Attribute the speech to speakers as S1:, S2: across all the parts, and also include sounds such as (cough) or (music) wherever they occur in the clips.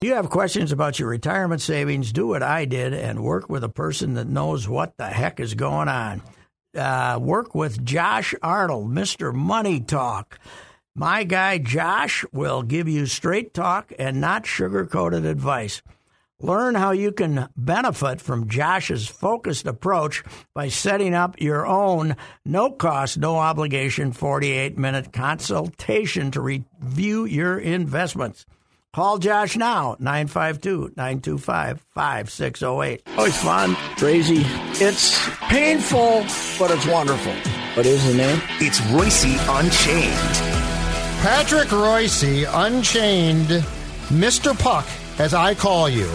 S1: If you have questions about your retirement savings, do what I did and work with a person that knows what the heck is going on. Uh, work with Josh Arnold, Mr. Money Talk. My guy Josh will give you straight talk and not sugar coated advice. Learn how you can benefit from Josh's focused approach by setting up your own no cost, no obligation 48 minute consultation to review your investments. Call Josh now, 952 925 5608.
S2: Always Oh, fun, crazy. It's painful, but it's wonderful. What is the name?
S3: It's Royce Unchained.
S4: Patrick Royce, Unchained, Mr. Puck, as I call you.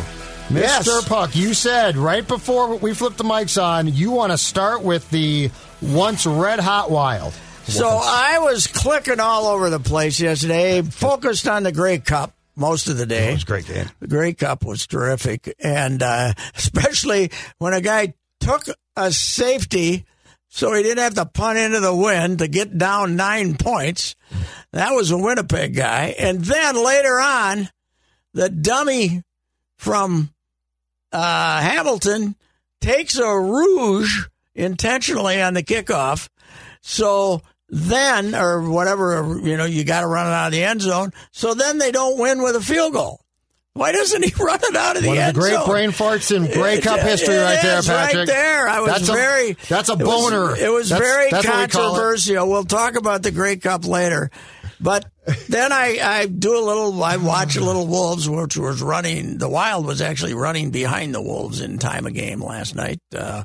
S4: Mr.
S2: Yes.
S4: Puck, you said right before we flipped the mics on, you want to start with the once red hot wild.
S1: So I was clicking all over the place yesterday, focused on the Grey Cup most of the day.
S2: great, Dan.
S1: The Grey Cup was terrific, and uh, (laughs) especially when a guy took a safety so he didn't have to punt into the wind to get down nine points. That was a Winnipeg guy. And then later on, the dummy from uh, Hamilton takes a rouge intentionally on the kickoff. So then, or whatever, you know, you got to run it out of the end zone. So then they don't win with a field goal. Why doesn't he (laughs) run it out of the
S4: One of
S1: end
S4: the great
S1: zone?
S4: brain farts in Grey Cup
S1: It-
S4: history,
S1: it
S4: right there,
S1: is right
S4: Patrick.
S1: there. I was
S4: that's
S1: very.
S4: A, that's a
S1: it was-
S4: boner.
S1: It was
S4: That's-
S1: very
S4: that's what we call it.
S1: controversial. We'll talk about the Grey Cup later, but then I, I do a little. I watch a little Wolves, which was running. The Wild was actually running behind the Wolves in time of game last night uh,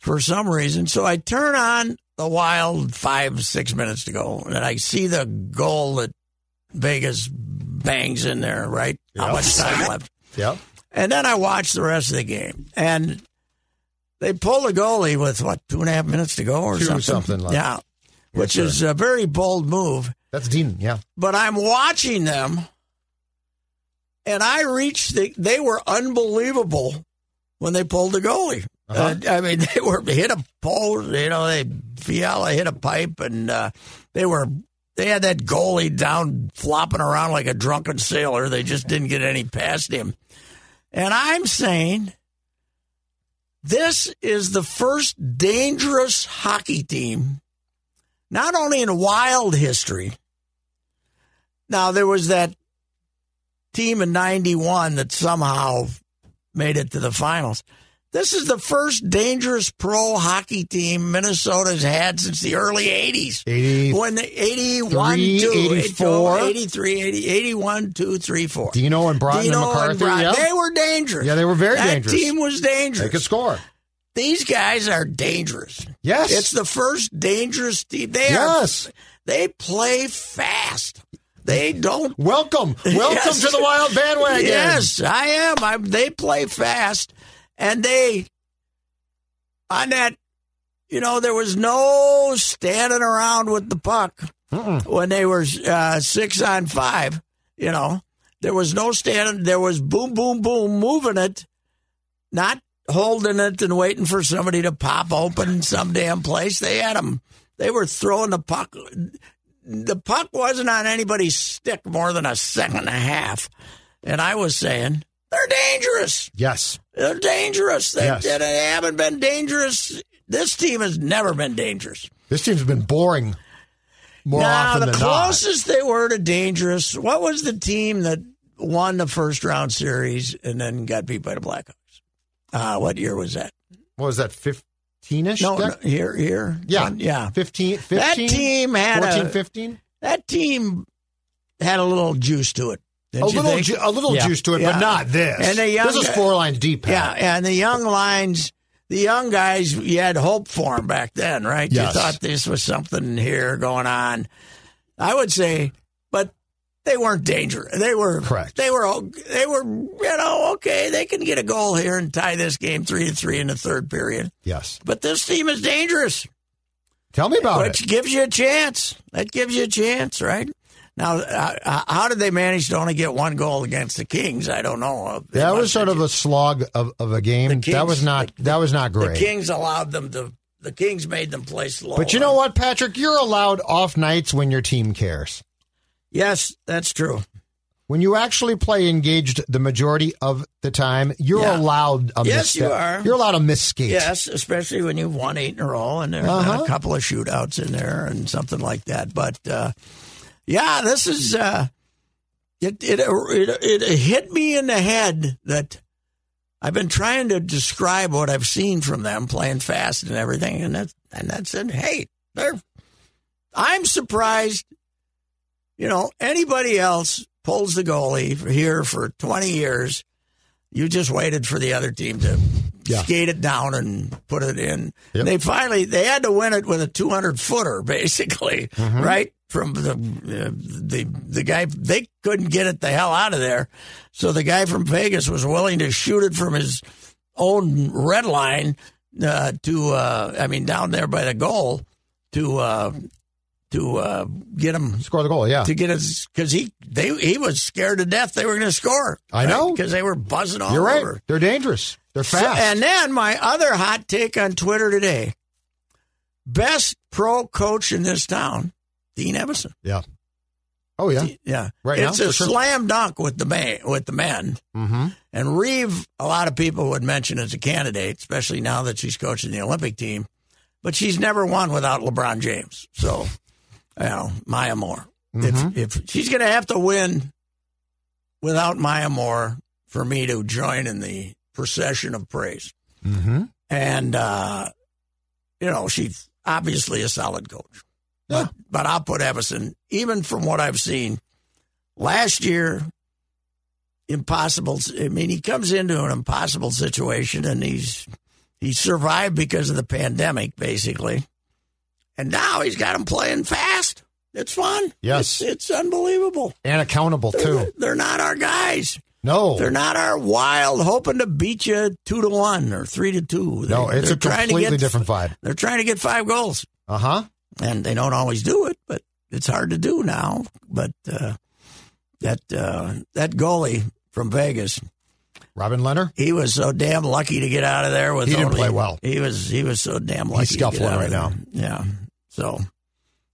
S1: for some reason. So I turn on the Wild five six minutes to go, and I see the goal that Vegas bangs in there. Right? How much time left?
S4: Yep.
S1: And then I watched the rest of the game, and they pulled a goalie with what two and a half minutes to go or
S4: Two
S1: something.
S4: something like-
S1: yeah, which
S4: sir.
S1: is a very bold move.
S4: That's Dean, yeah.
S1: But I'm watching them, and I reached the. They were unbelievable when they pulled the goalie.
S4: Uh-huh.
S1: Uh, I mean, (laughs) they were they hit a pole. You know, they Fiala hit a pipe, and uh, they were. They had that goalie down flopping around like a drunken sailor. They just didn't get any past him. And I'm saying this is the first dangerous hockey team, not only in wild history. Now, there was that team in 91 that somehow made it to the finals. This is the first dangerous pro hockey team Minnesota's had since the early 80s.
S4: 80.
S1: When the 81, 2,
S4: 84.
S1: 83, 80, 81, 2, 3, 4.
S4: Dino and Broughton
S1: Dino
S4: and McCarthy.
S1: Broughton.
S4: yeah.
S1: They were dangerous.
S4: Yeah, they were very
S1: that
S4: dangerous.
S1: team was
S4: They could
S1: dangerous.
S4: score.
S1: These guys are dangerous.
S4: Yes.
S1: It's the first dangerous team. They
S4: yes.
S1: are. They play fast. They don't.
S4: Welcome. Welcome
S1: (laughs) Yes.
S4: to the wild bandwagon.
S1: Yes, I am. I'm, they play fast, and they on that. You know, there was no standing around with the puck when they were uh, six on five. You know, there was no standing. There was boom, boom, boom, moving it, not holding it and waiting for somebody to pop open some damn place. They had them. They were throwing the puck. The puck wasn't on anybody's stick more than a second and a half. And I was saying, they're dangerous.
S4: Yes.
S1: They're dangerous. They,
S4: Yes.
S1: they haven't been dangerous. This team has never been dangerous.
S4: This team's been boring more
S1: now,
S4: often
S1: the
S4: than
S1: closest they were to dangerous, what was the team that won the first round series and then got beat by the Blackhawks. Uh, what year was that?
S4: What was that, 15 ish?
S1: No, no, here, here.
S4: Yeah.
S1: yeah.
S4: 15, 15.
S1: That team had
S4: 14,
S1: a-
S4: 15?
S1: That team had a little juice to it.
S4: A
S1: didn't you
S4: little,
S1: think?
S4: ju- a little
S1: Yeah.
S4: juice to it,
S1: Yeah.
S4: but not this.
S1: And the young
S4: this is
S1: guy-
S4: four line deep.
S1: Yeah, and the young lines, the young guys, you had hope for them back then, right?
S4: Yes.
S1: You thought this was something here going on. I would say, but they weren't dangerous. They were
S4: Correct.
S1: They were o- they were you know okay. They can get a goal here and tie this game three to three in the third period.
S4: Yes.
S1: But this team is dangerous,
S4: Tell me about
S1: which
S4: it.
S1: gives you a chance. That gives you a chance, right? Now, uh, uh, how did they manage to only get one goal against the Kings? I don't know. They
S4: That was
S1: must
S4: sort
S1: have-
S4: of a slog of, of a game.
S1: The
S4: that
S1: Kings-
S4: was not that was not
S1: The
S4: great.
S1: Kings allowed them to. The Kings made them play slow.
S4: but you know what, Patrick? You're allowed off nights when your team cares.
S1: Yes, that's true.
S4: When you actually play engaged the majority of the time, you're
S1: Yeah.
S4: allowed a
S1: Yes,
S4: misstep.
S1: you are.
S4: You're allowed a misskate.
S1: Yes, especially when you've won eight in a row and there's been
S4: Uh-huh.
S1: a couple of shootouts in there and something like that. But uh, yeah, this is uh, it, it. It it hit me in the head that I've been trying to describe what I've seen from them playing fast and everything, and that's and that's it. Hey, they're. I'm surprised. You know, anybody else pulls the goalie for here for 20 years. You just waited for the other team to
S4: Yeah.
S1: skate it down and put it in.
S4: Yep.
S1: They finally they had to win it with a 200 footer, (laughs) basically,
S4: Mm-hmm.
S1: right from the uh, the the guy. They couldn't get it the hell out of there, so the guy from Vegas was willing to shoot it from his own red line uh, to uh, I mean down there by the goal to uh, to uh, get him
S4: Score the goal, yeah.
S1: to get us because he they he was scared to death they were going to score.
S4: I know.
S1: because they were buzzing all
S4: You're right.
S1: over.
S4: They're dangerous. They're
S1: So-
S4: fast.
S1: and then my other hot take on Twitter today: best pro coach in this town, Dean Evison.
S4: yeah. Oh yeah.
S1: Yeah,
S4: Right now,
S1: It's
S4: for
S1: a
S4: sure.
S1: slam dunk with the man, with the men.
S4: Mm-hmm.
S1: And Reeve, a lot of people would mention as a candidate, especially now that she's coaching the Olympic team, but she's never won without LeBron James. So, you know, Maya Moore.
S4: Mhm.
S1: If, if she's going to have to win without Maya Moore for me to join in the procession of praise.
S4: Mm-hmm.
S1: And, uh, you know, she's obviously a solid coach.
S4: Yeah.
S1: But, but I'll put Everson, even from what I've seen last year, impossible. I mean, he comes into an impossible situation and he's he survived because of the pandemic, basically. And now he's got him playing fast. It's fun.
S4: Yes.
S1: It's, it's unbelievable.
S4: And accountable too.
S1: They're not our guys.
S4: No.
S1: They're not our wild, hoping to beat you two to one or three to two.
S4: no,
S1: They're-
S4: it's
S1: they're
S4: a
S1: trying to
S4: completely
S1: get-
S4: different vibe.
S1: They're trying to get five goals
S4: Uh huh.
S1: and they don't always do it, but it's hard to do now. But uh, that uh, that goalie from Vegas,
S4: Robin Leonard.
S1: he was so damn lucky to get out of there with.
S4: He didn't
S1: only-
S4: play well.
S1: He was he was so damn lucky. to get
S4: scuffling
S1: out of
S4: right
S1: there.
S4: now.
S1: Yeah. So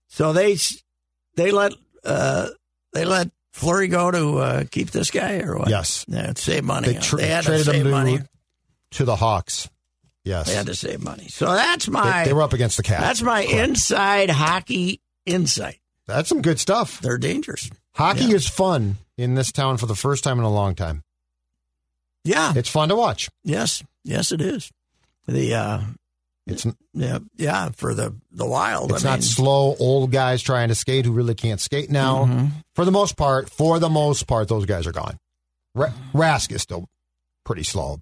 S1: so they s- they let uh, they let Flurry go to uh, keep this guy or what?
S4: Yes.
S1: Yeah, save money.
S4: They,
S1: They,
S4: tra-
S1: had to
S4: traded
S1: save
S4: them to,
S1: money.
S4: to the Hawks. Yes.
S1: They had to save money. So that's
S4: They,
S1: my
S4: they were up against the Cavs.
S1: that's my inside hockey insight.
S4: That's some good stuff.
S1: They're dangerous.
S4: Hockey
S1: Yeah.
S4: is fun in this town for the first time in a long time.
S1: Yeah.
S4: It's fun to watch.
S1: Yes, yes, it is. The uh,
S4: It's
S1: yeah, yeah, for the the wild.
S4: It's
S1: I
S4: not
S1: mean,
S4: slow old guys trying to skate who really can't skate now.
S5: Mm-hmm.
S4: For the most part, for the most part, those guys are gone. Ra- Rask is still pretty slow,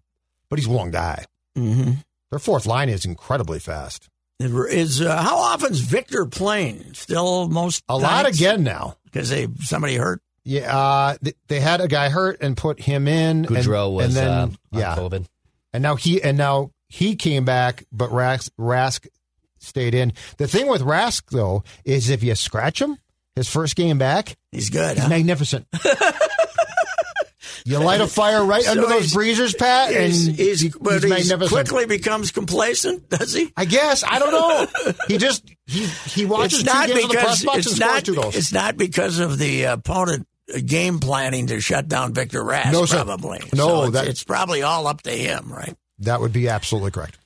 S4: but he's one guy.
S1: mhm.
S4: Their fourth line is incredibly fast.
S1: It Is uh, how often's Victor playing? Still most
S4: A lot again now.
S1: because they somebody hurt.
S4: Yeah, uh, th- they had a guy hurt and put him in. and-
S5: Goudreau was
S4: and then,
S5: uh, on
S4: yeah,
S5: COVID.
S4: and now he and now he came back, but Rask, Rask stayed in. The thing with Rask though is if you scratch him, his first game back,
S1: He's good.
S4: He's
S1: Huh?
S4: magnificent. you light a fire right
S1: So
S4: under those
S1: he's-
S4: breezers, Pat, and
S1: He's, he's,
S4: he's
S1: but he's
S4: magnificent.
S1: quickly becomes complacent. Does he?
S4: I guess I
S1: (laughs)
S4: don't know. He just he he watches
S1: it's not
S4: two games on the
S1: because
S4: press box and
S1: it's
S4: scores
S1: not
S4: two goals.
S1: it's not because of the opponent uh, game planning to shut down Victor Rask.
S4: No, sir.
S1: probably
S4: No,
S1: So it's,
S4: that-
S1: it's probably all up to him, right?
S4: That would be absolutely correct.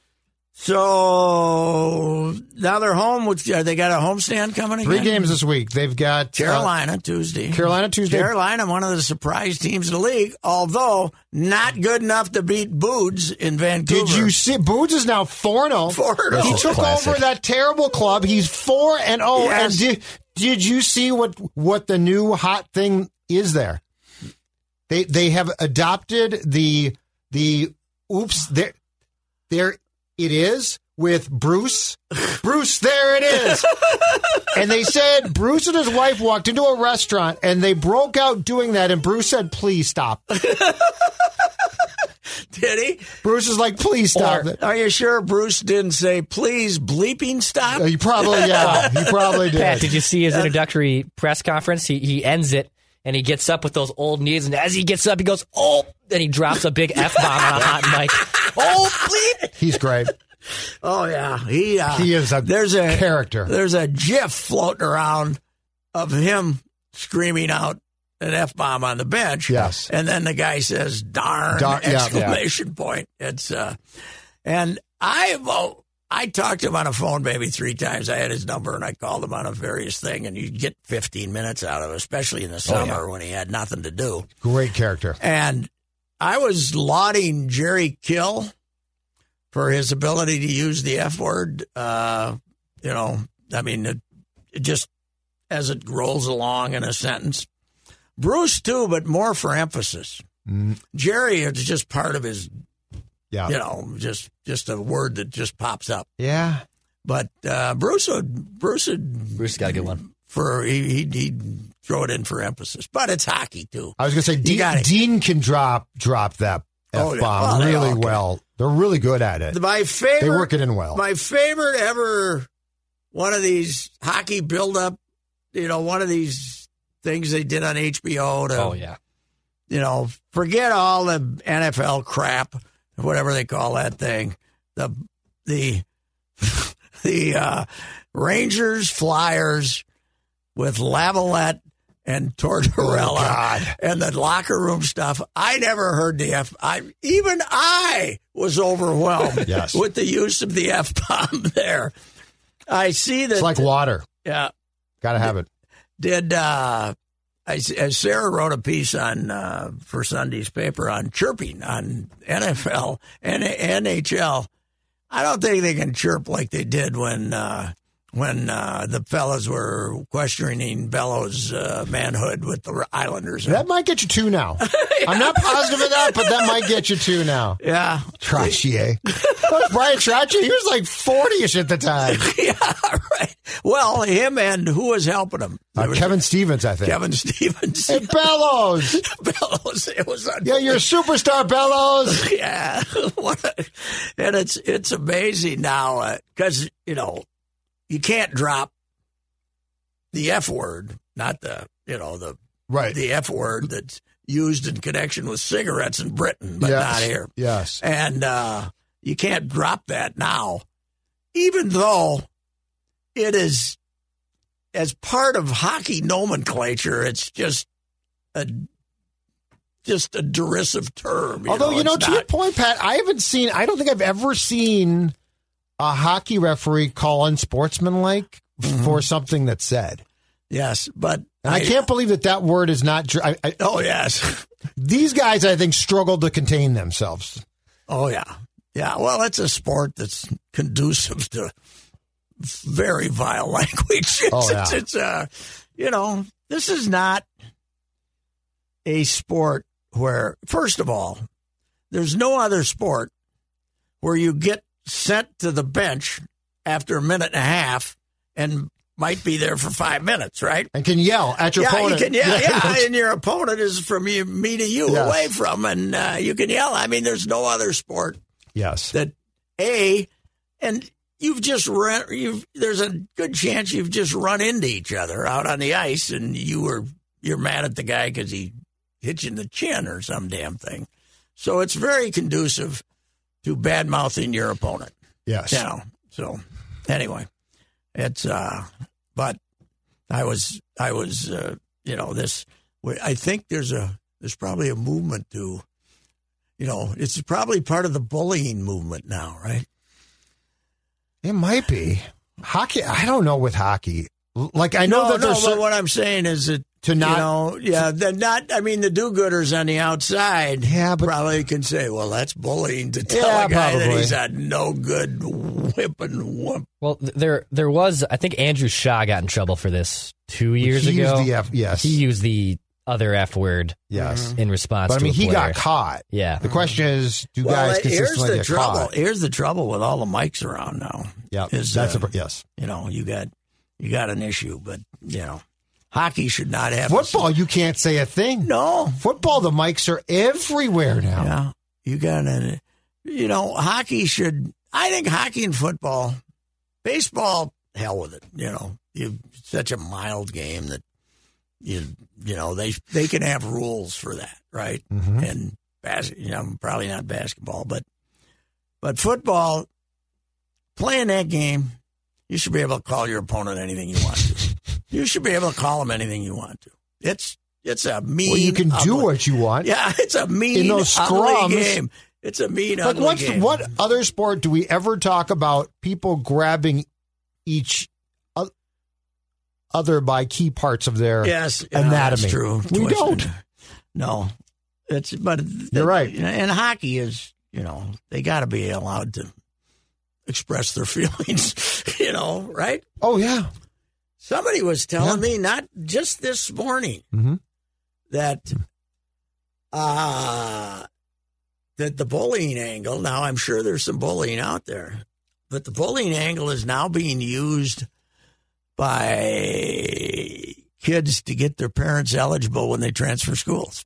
S1: So now they're home. With, are they got a homestand coming again?
S4: Three games this week. They've got uh,
S1: Carolina Tuesday.
S4: Carolina Tuesday.
S1: Carolina, one of the surprise teams in the league, although not good enough to beat Boods in Vancouver.
S4: Did
S1: (laughs)
S4: you see? Boots is now oh. 4 0.
S1: 4-0.
S4: He
S1: That's a
S4: took
S5: classic.
S4: over that terrible club. He's 4 and 0.
S1: Yes.
S4: And did, did you see what, what the new hot thing is there? They they have adopted the the oops there there it is with Bruce. Bruce, there it is. and they said Bruce and his wife walked into a restaurant and they broke out doing that and Bruce said, "Please stop."
S1: Did he?
S4: Bruce is like, "Please stop."
S1: Or-
S4: it.
S1: Are you sure Bruce didn't say, please bleeping stop?
S4: Uh, You probably, yeah, you probably did.
S5: Pat, did you see his introductory press conference? He he ends it and he gets up with those old knees, and as he gets up, he goes, "Oh!" and he drops a big f bomb on
S4: (laughs)
S5: a hot mic. Oh, bleep!
S4: He's great.
S1: Oh, yeah. He, uh,
S4: He is a
S1: there's a
S4: character.
S1: There's a gif floating around of him screaming out an F bomb on the bench.
S4: Yes.
S1: And then the guy says, darn,
S4: Dar- yeah,
S1: exclamation point. It's, uh, and I, well, I talked to him on the phone maybe three times. I had his number and I called him on a various thing and you get 15 minutes out of it, especially in the
S4: Oh,
S1: summer when he had nothing to do.
S4: Great character.
S1: And I was lauding Jerry Kill for his ability to use the F word. Uh, you know, I mean, it, it just as it rolls along in a sentence. Bruce, too, but more for emphasis.
S4: Mm.
S1: Jerry, it's just part of his,
S4: Yeah.
S1: you know, just just a word that just pops up.
S4: Yeah.
S1: But uh, Bruce would, Bruce would,
S5: Bruce got a good one.
S1: for, he, he'd, he'd throw it in for emphasis. But it's hockey, too.
S4: I was gonna say Dean,
S1: got it.
S4: Dean can drop drop that
S1: Oh, yeah. Well,
S4: f bomb
S1: they all
S4: really
S1: can.
S4: well. They're really good at it.
S1: My favorite.
S4: Uh, They work it in well.
S1: My favorite ever one of these hockey build up, you know, one of these things they did on HBO to,
S5: Oh yeah.
S1: you know, forget all the NFL crap, whatever they call that thing. The the (laughs) the uh, Rangers Flyers with Lavalette and (laughs)
S4: Oh,
S1: Tortorella and the locker room stuff. I never heard the F. I even I was overwhelmed
S4: (laughs) Yes.
S1: with the use of the F bomb (laughs) there. I see that.
S4: It's like water.
S1: yeah
S4: Gotta have it.
S1: did uh I, as Sarah wrote a piece on uh, for Sunday's paper on chirping on NFL and NHL. I don't think they can chirp like they did when uh, when uh, the fellas were questioning Bellows' uh, manhood with the Islanders.
S4: That might get you
S1: (laughs)
S4: two now. I'm not positive of that, but that might get you two now.
S1: yeah, (laughs)
S4: Trottier. Brian Trottier, he was like 40ish at
S1: (laughs)
S4: the time.
S1: yeah, right. Well, him and who was helping him? There
S4: Uh,
S1: was
S4: Kevin Stevens, I think.
S1: Kevin Stevens,
S4: Hey, Bellows.
S1: (laughs) Bellows. It was unbelievable.
S4: Yeah, you're a superstar, Bellows.
S1: (laughs) yeah, What a- and it's it's amazing now because you know you can't drop the F word, not the you know the
S4: Right.
S1: the F word that's used in connection with cigarettes in Britain, but
S4: Yes.
S1: not here,
S4: Yes.
S1: and uh, you can't drop that now, even though it is as part of hockey nomenclature. It's just a just a derisive term.
S4: Although you know,
S1: it's
S4: to your
S1: not-
S4: point, Pat, I haven't seen. I don't think I've ever seen a hockey referee call unsportsmanlike
S1: Mm-hmm.
S4: for something that's said.
S1: Yes, but
S4: And I, can't believe that that word is not. dr- I, I,
S1: Oh yes. (laughs)
S4: these guys, I think, struggled to contain themselves.
S1: Oh yeah. Yeah. Well, it's a sport that's conducive to very vile (laughs) language. It's,
S4: Oh, yeah.
S1: it's, it's uh, you know, this is not a sport where, first of all, there's no other sport where you get sent to the bench after a minute and a half and might be there for five minutes, right?
S4: And can yell at your
S1: yeah,
S4: opponent.
S1: You can, yeah,
S4: (laughs)
S1: yeah, and your opponent is from you, me to you,
S4: Yes.
S1: away from, and uh, you can yell. I mean, there's no other sport
S4: Yes.
S1: that a and you've just run. You've there's a good chance you've just run into each other out on the ice, and you were you're mad at the guy because he hit you in the chin or some damn thing. So it's very conducive to bad mouthing your opponent.
S4: Yes.
S1: You know. So anyway, it's uh, but I was I was uh, you know this. I think there's a there's probably a movement to, you know, it's probably part of the bullying movement now, right?
S4: It might be hockey. I don't know with hockey. L- Like I know
S1: no,
S4: that
S1: no,
S4: there's
S1: but
S4: cer-
S1: what I'm saying is that
S4: To not-
S1: you know, yeah, the not. I mean, the do-gooders on the outside,
S4: Yeah, but-
S1: probably can say, "Well, that's bullying to tell
S4: Yeah,
S1: a guy that
S4: probably.
S1: he's a no good whipping whoop."
S5: Well, th- there there was I think Andrew Shaw got in trouble for this two years
S4: he
S5: ago.
S4: Used the F, yes,
S5: he used the other F word Mm-hmm.
S4: yes.
S5: in response.
S4: But I
S5: to
S4: mean,
S5: a
S4: he
S5: player.
S4: got caught.
S5: Yeah,
S4: The question is, do guys
S1: Mm-hmm. Well, here's
S4: consistently
S1: the
S4: get
S1: trouble.
S4: caught?
S1: Here's the trouble with all the mics around now.
S4: Yeah,
S1: Is,
S4: that's
S1: uh,
S4: a pr- yes.
S1: You know, you got you got an issue, but you know, hockey should not have
S4: Football, you can't say a thing.
S1: No,
S4: Football, the mics are everywhere now.
S1: Yeah, you got to, you know, hockey should. I think hockey and football, baseball, hell with it. You know, you it's such a mild game that you you know they they can have rules for that, right?
S4: Mhm.
S1: And bas- you know, probably not basketball, but but football, playing that game, you should be able to call your opponent anything you want
S4: (laughs)
S1: to. you should be able to call him anything you want to. It's it's a mean.
S4: Well, you can do
S1: ugly-
S4: what you want.
S1: yeah, (laughs) it's a mean
S4: In those
S1: ugly
S4: scrums-
S1: game. It's a mean
S4: Like
S1: ugly
S4: what?
S1: game.
S4: What other sport do we ever talk about people grabbing each o- other by key parts of their?
S1: Yes, yeah,
S4: Anatomy.
S1: That's true.
S4: We
S1: Twisted.
S4: don't.
S1: No, it's but
S4: You're right.
S1: And hockey is you know they got to be allowed to express their (laughs) feelings. You know, right?
S4: Oh yeah.
S1: Somebody was telling
S4: Yeah.
S1: me not just this morning
S4: Mhm.
S1: that uh that the bullying angle now I'm sure there's some bullying out there, but the bullying angle is now being used by kids to get their parents eligible when they transfer schools.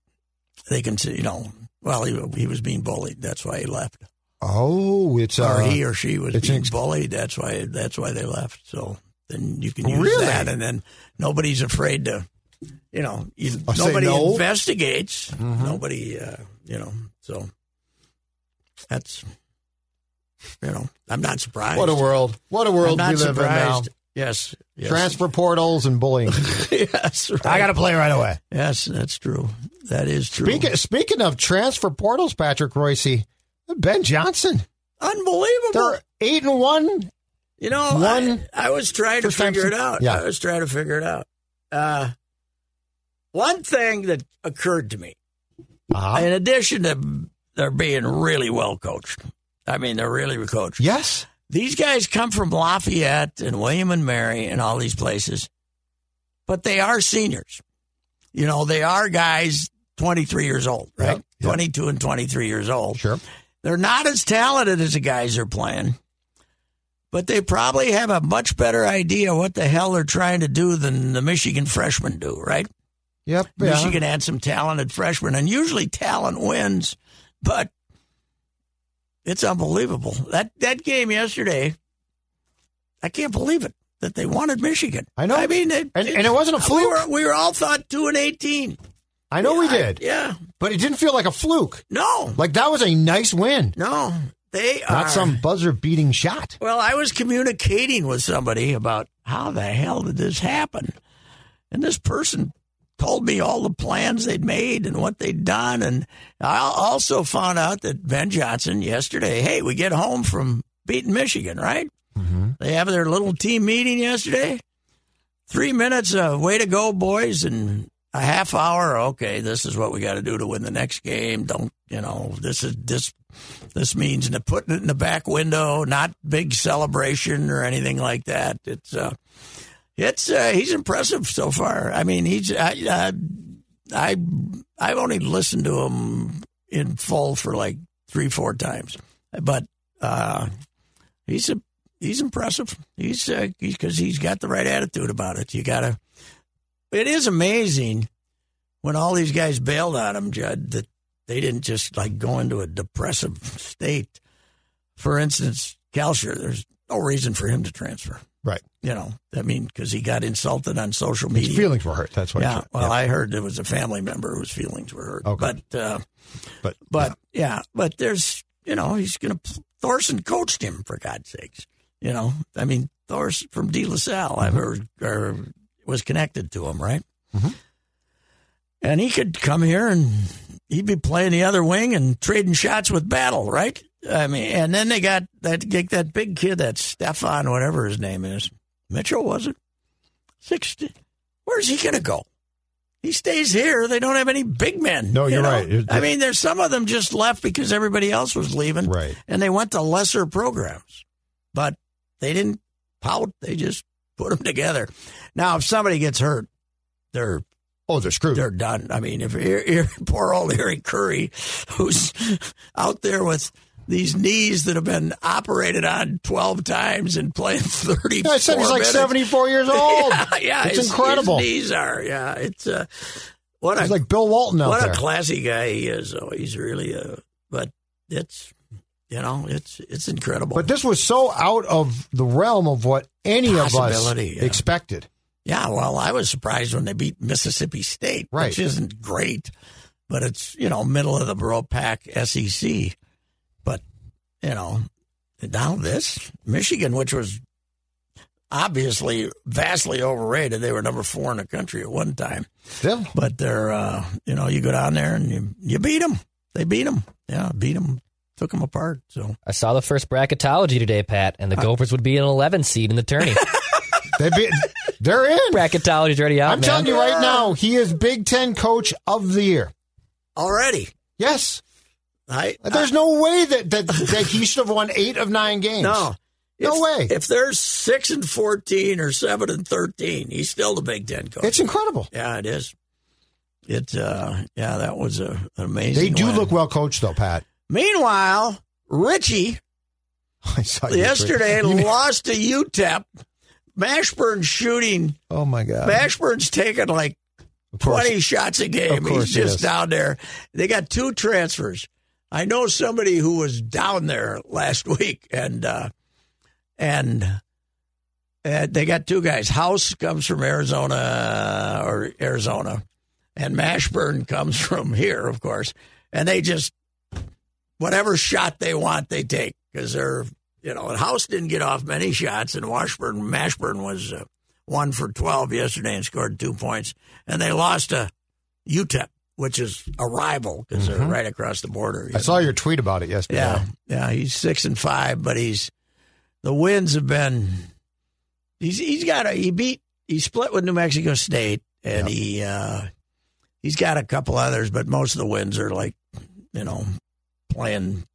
S1: They can say, you know, well he, he was being bullied, that's why he left.
S4: Oh, it's uh,
S1: or he or she was
S4: it's
S1: being
S4: ex-
S1: bullied. That's why that's why they left. So then you can use
S4: Really?
S1: that, and then nobody's afraid to, you know, you,
S4: Or Oh, say
S1: nobody
S4: no? Mm-hmm.
S1: investigates. Nobody, uh, you know. So that's, you know, I'm not surprised.
S4: what a world! What a world
S1: I'm
S4: we
S1: not
S4: live
S1: surprised.
S4: in
S1: Yes, yes,
S4: now. Transfer portals and bullying.
S1: (laughs) yes, right.
S4: I got to play right away.
S1: Yes, that's true. That is true.
S4: Speaking, speaking of transfer portals, Patrick Royce, Ben Johnson,
S1: Unbelievable.
S4: they're eight and one.
S1: You know,
S4: One-
S1: I, I was trying to
S4: First time
S1: figure it
S4: since-
S1: out.
S4: Yeah.
S1: I was trying to figure it out. Uh, one thing that occurred to me,
S4: Uh-huh.
S1: in addition to they're being really well coached, I mean, they're really well coached.
S4: Yes,
S1: These guys come from Lafayette and William and Mary and all these places, but they are seniors. You know, they are guys 23 years old, right?
S4: Yep,
S1: 22 and 23 years old.
S4: sure.
S1: They're not as talented as the guys are playing, but they probably have a much better idea what the hell they're trying to do than the Michigan freshmen do, right?
S4: Yep. yeah.
S1: Michigan had some talented freshmen, and usually talent wins, but it's unbelievable. That that game yesterday, I can't believe it that they wanted Michigan.
S4: I know.
S1: I mean, it,
S4: And- and it wasn't a
S1: We
S4: fluke.
S1: were, we were all thought two and eighteen.
S4: I know we
S1: I-
S4: did,
S1: yeah.
S4: but it didn't feel like a fluke.
S1: No.
S4: Like that was a nice win,
S1: No. They are
S4: not some buzzer beating shot.
S1: Well, I was communicating with somebody about how the hell did this happen? And this person told me all the plans they'd made and what they'd done. And I also found out that Ben Johnson yesterday, hey, we get home from beating Michigan, right? They have their little team meeting yesterday. Three minutes of way to go, boys, and a half hour. Okay, this is what we got to do to win the next game. Don't you know? This is this this means n- putting it in the back window, not big celebration or anything like that. It's uh, it's uh, he's impressive so far. I mean, he's I, I I I've only listened to him in full for like three four times, but uh, he's a he's impressive. He's because he's, 'cause he's got the right attitude about it. You gotta. It is amazing when all these guys bailed on him, Judd, that they didn't just like go into a depressive state. For instance, Kalsher, there's no reason for him to transfer.
S4: Right.
S1: You know, I mean, because he got insulted on social media.
S4: His feelings were hurt. That's what.
S1: yeah.
S4: it-
S1: Well, I heard it was a family member whose feelings were hurt.
S4: Okay.
S1: But uh,
S4: but
S1: but yeah. but there's you know he's gonna Thorson coached him for God's sakes. You know, I mean Thorson from De La Salle, I heard, or was connected to him, right?
S6: Mm-hmm.
S1: And he could come here and he'd be playing the other wing and trading shots with Battle, right? I mean, and then they got that get that big kid, that Stefan, whatever his name is, Mitchell was it? Sixty. Where's he gonna go? He stays here. They don't have any big men.
S6: No,
S1: you
S6: you're
S1: know?
S6: right. It-
S1: I mean, there's some of them just left because everybody else was leaving,
S6: Right.
S1: And they went to lesser programs, but they didn't pout. They just put them together. Now, if somebody gets hurt, they're
S6: Oh, they're screwed.
S1: they're done. I mean, if here, here, (laughs) poor old Eric Curry, who's (laughs) out there with these knees that have been operated on twelve times and playing (laughs) thirty.
S4: I said he's like 74
S1: (laughs)
S4: years old.
S1: Yeah, yeah,
S4: it's
S1: his-
S4: incredible.
S1: His knees are. Yeah, it's uh, what
S4: He's
S1: a
S4: like Bill Walton out
S1: what
S4: there.
S1: a classy guy he is. though. he's really a. But it's you know it's it's incredible.
S4: but this was so out of the realm of what any of us
S1: Possibility, yeah.
S4: expected.
S1: Yeah, well, I was surprised when they beat Mississippi State,
S4: Right.
S1: which isn't great, but it's you know middle of the road pack SEC. But you know, now this Michigan, which was obviously vastly overrated, they were number four in the country at one time.
S4: Yeah.
S1: But they're uh, you know you go down there and you you beat them. They beat them. Yeah, beat them. Took them apart. So
S5: I saw the first bracketology today, Pat, and the Gophers would be an 11 seed in
S4: (laughs)
S5: the tourney.
S4: They be, (laughs) they're in.
S5: bracketology's already out,
S4: I'm
S5: man.
S4: telling you right now, he is Big Ten Coach of the Year.
S1: already,
S4: Yes.
S1: I
S4: There's no way that, that, that he should have won eight of nine games.
S1: Uh, No.
S4: No
S1: If-
S4: way.
S1: If they're six and fourteen or seven and thirteen, he's still the Big Ten coach.
S4: It's incredible.
S1: yeah, it is. It uh yeah, that was a, an amazing.
S4: They do
S1: win.
S4: look well coached, though, Pat. (laughs)
S1: Meanwhile, Richie
S4: I saw you-
S1: yesterday
S4: (laughs) You-
S1: lost to UTEP. Mashburn's shooting.
S4: oh, my God.
S1: Mashburn's taking like
S4: Of course.
S1: twenty shots a game.
S4: Of course
S1: He's
S4: he
S1: just
S4: is.
S1: down there. They got two transfers. I know somebody who was down there last (laughs) week, and uh, and uh, they got two guys. House comes from Arizona or Arizona, and Mashburn comes from here, of course. And they just whatever shot they want, they take because they're you know. And House didn't get off many shots, and Washburn Mashburn was uh, one for twelve yesterday and scored two points, and they lost to UTEP, which is a rival because they're right across the border.
S4: Mm-hmm. I
S1: you
S4: saw your tweet about it yesterday.
S1: yeah, yeah, he's six and five, but he's the wins have been. He's he's got a he beat he split with New Mexico State, and he uh, he's got a couple others, but most of the wins are like you know playing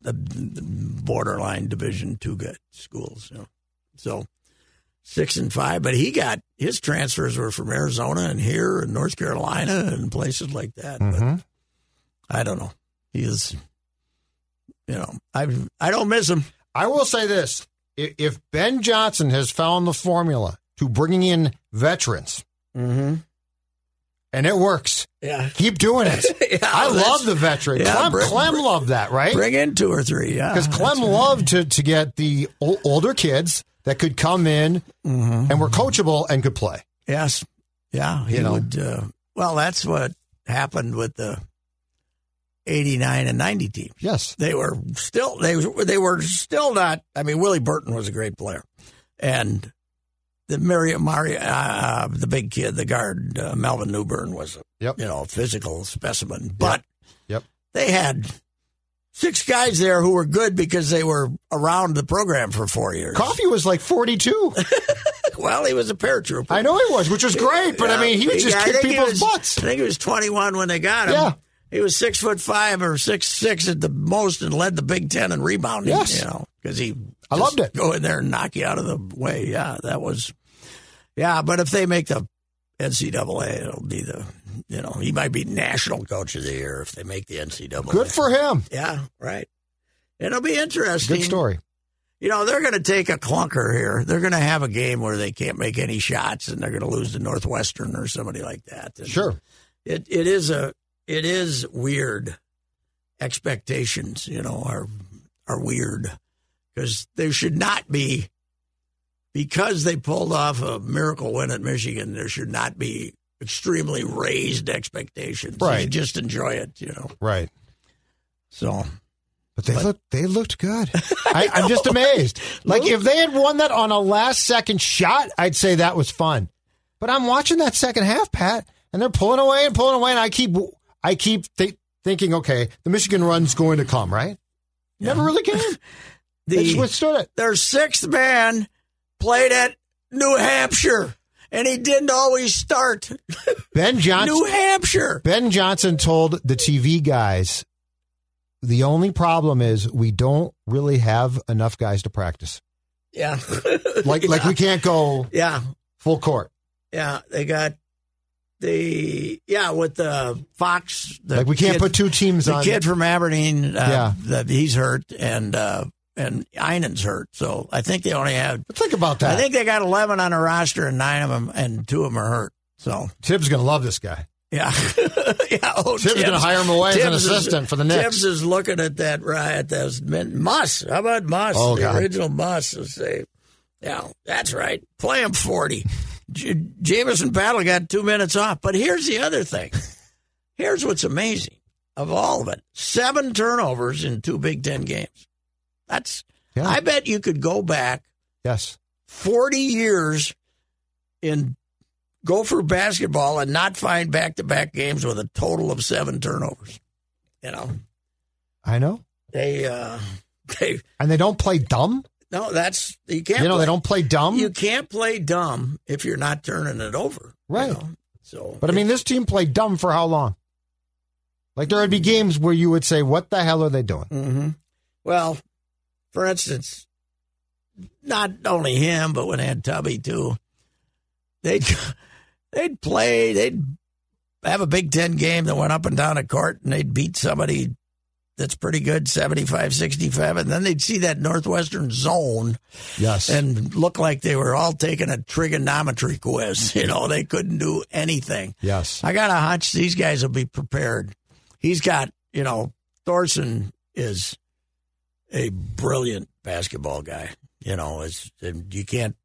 S1: the, the borderline Division two good schools. You know. So six and five, but he got his transfers were from Arizona and here and North Carolina and places like that.
S4: Mhm.
S1: But I don't know. He is, you know, I I don't miss him.
S4: I will say this I- if Ben Johnson has found the formula to bringing in veterans,
S1: Mm-hmm.
S4: and it works,
S1: Yeah,
S4: keep doing it.
S1: (laughs) Yeah,
S4: I
S1: that's-
S4: love the veteran.
S1: Yeah,
S4: Clem,
S1: bring-
S4: Clem
S1: bring-
S4: loved that, right?
S1: bring in two or three. Yeah, (laughs)
S4: Because Clem loved to, to get the o- older kids that could come in
S1: Mm-hmm.
S4: and were coachable and could play.
S1: Yes. Yeah. He
S4: You know.
S1: would. Uh, well, that's what happened with the '89 and '90 team.
S4: Yes.
S1: They were still they were- they were still not. I mean, Willie Burton was a great player, and the Mario Mario uh, the big kid, the guard uh, Melvin Newburn was a
S4: Yep.
S1: you know a physical specimen, but
S4: Yep.
S1: they had six guys there who were good because they were around the program for four years.
S4: Coffee was like 42.
S1: Well, he was a paratrooper.
S4: I know he was, which was great, but I mean, he would just
S1: I
S4: kick
S1: think he
S4: people's
S1: was-
S4: butts.
S1: I think he was 21 when they got him.
S4: Yeah.
S1: He was six foot five or six six at the most, and led the Big Ten in rebounding.
S4: Yes.
S1: you know because he
S4: I
S1: just
S4: loved it.
S1: Go in there and knock you out of the way. Yeah, that was. Yeah, but if they make the NCAA, it'll be the you know he might be national coach of the year if they make the NCAA.
S4: Good for him.
S1: yeah, right. It'll be interesting.
S4: Good story.
S1: You know, they're going to take a clunker here. They're going to have a game where they can't make any shots and they're going to lose to Northwestern or somebody like that. And
S4: Sure.
S1: It it is a it is weird. Expectations, you know, are are weird because there should not be because they pulled off a miracle win at Michigan, there should not be extremely raised expectations. You
S4: Right.
S1: should just enjoy it, you know.
S4: Right.
S1: So
S4: But they looked they
S1: (laughs)
S4: looked good. I, I'm just amazed. Like if they had won that on a last second shot, I'd say that was fun. But I'm watching that second half, Pat, and they're pulling away and pulling away, and I keep I keep th- thinking, okay, the Michigan run's going to come, right? Never
S1: (laughs)
S4: really came. they just
S1: The,
S4: withstood it.
S1: their sixth man played at New Hampshire, and he didn't always start.
S4: Ben Johnson.
S1: New Hampshire.
S4: Ben Johnson told the TV guys, the only problem is we don't really have enough guys to practice.
S1: (laughs) Yeah.
S4: Like like we can't go
S1: yeah.
S4: full court.
S1: Yeah. They got the, yeah, with the Fox. The
S4: Like we can't
S1: kid-
S4: put two teams
S1: the
S4: on.
S1: kid from Aberdeen, uh,
S4: Yeah.
S1: that he's hurt, and uh, and Einan's hurt. So I think they only have.
S4: But think about that.
S1: I think they got eleven on the roster, and nine of them, and two of them are hurt. So
S4: Tibbs gonna love this guy.
S1: yeah, (laughs) yeah. Oh,
S4: Tibbs gonna hire him away as an assistant for the Knicks.
S1: Tibbs is looking at that right at those men. Muss. How about Muss?
S4: Oh,
S1: the
S4: God.
S1: original Muss. Let's say, yeah, that's right. Play him forty. J- Jamison Battle got two minutes off. But here's the other thing. Here's what's amazing of all of it: seven turnovers in two Big Ten games. That's.
S4: Yeah.
S1: I bet you could go back
S4: Yes.
S1: 40 years in Gopher basketball and not find back to back games with a total of seven turnovers. You know,
S4: I know.
S1: they, uh, (laughs) they,
S4: And they don't play dumb.
S1: no, that's, you can't,
S4: You know,
S1: play,
S4: they don't play dumb.
S1: you can't play dumb if you're not turning it over. you
S4: Right.
S1: know? So,
S4: But I mean this team played dumb for how long? Like there would be games where you would say, What the hell are they doing?
S1: hmm well, for instance, not only him, but when they had Tubby too, they'd, (laughs) they'd play, they'd have a Big Ten game that went up and down a court and they'd beat somebody that's pretty good, 75 65. And then they'd see that Northwestern zone
S4: Yes.
S1: and look like they were all taking a trigonometry quiz. (laughs) You know, they couldn't do anything.
S4: yes.
S1: I got a hunch these guys will be prepared. He's got, you know, Thorson is a brilliant basketball guy. You know, it's and you can't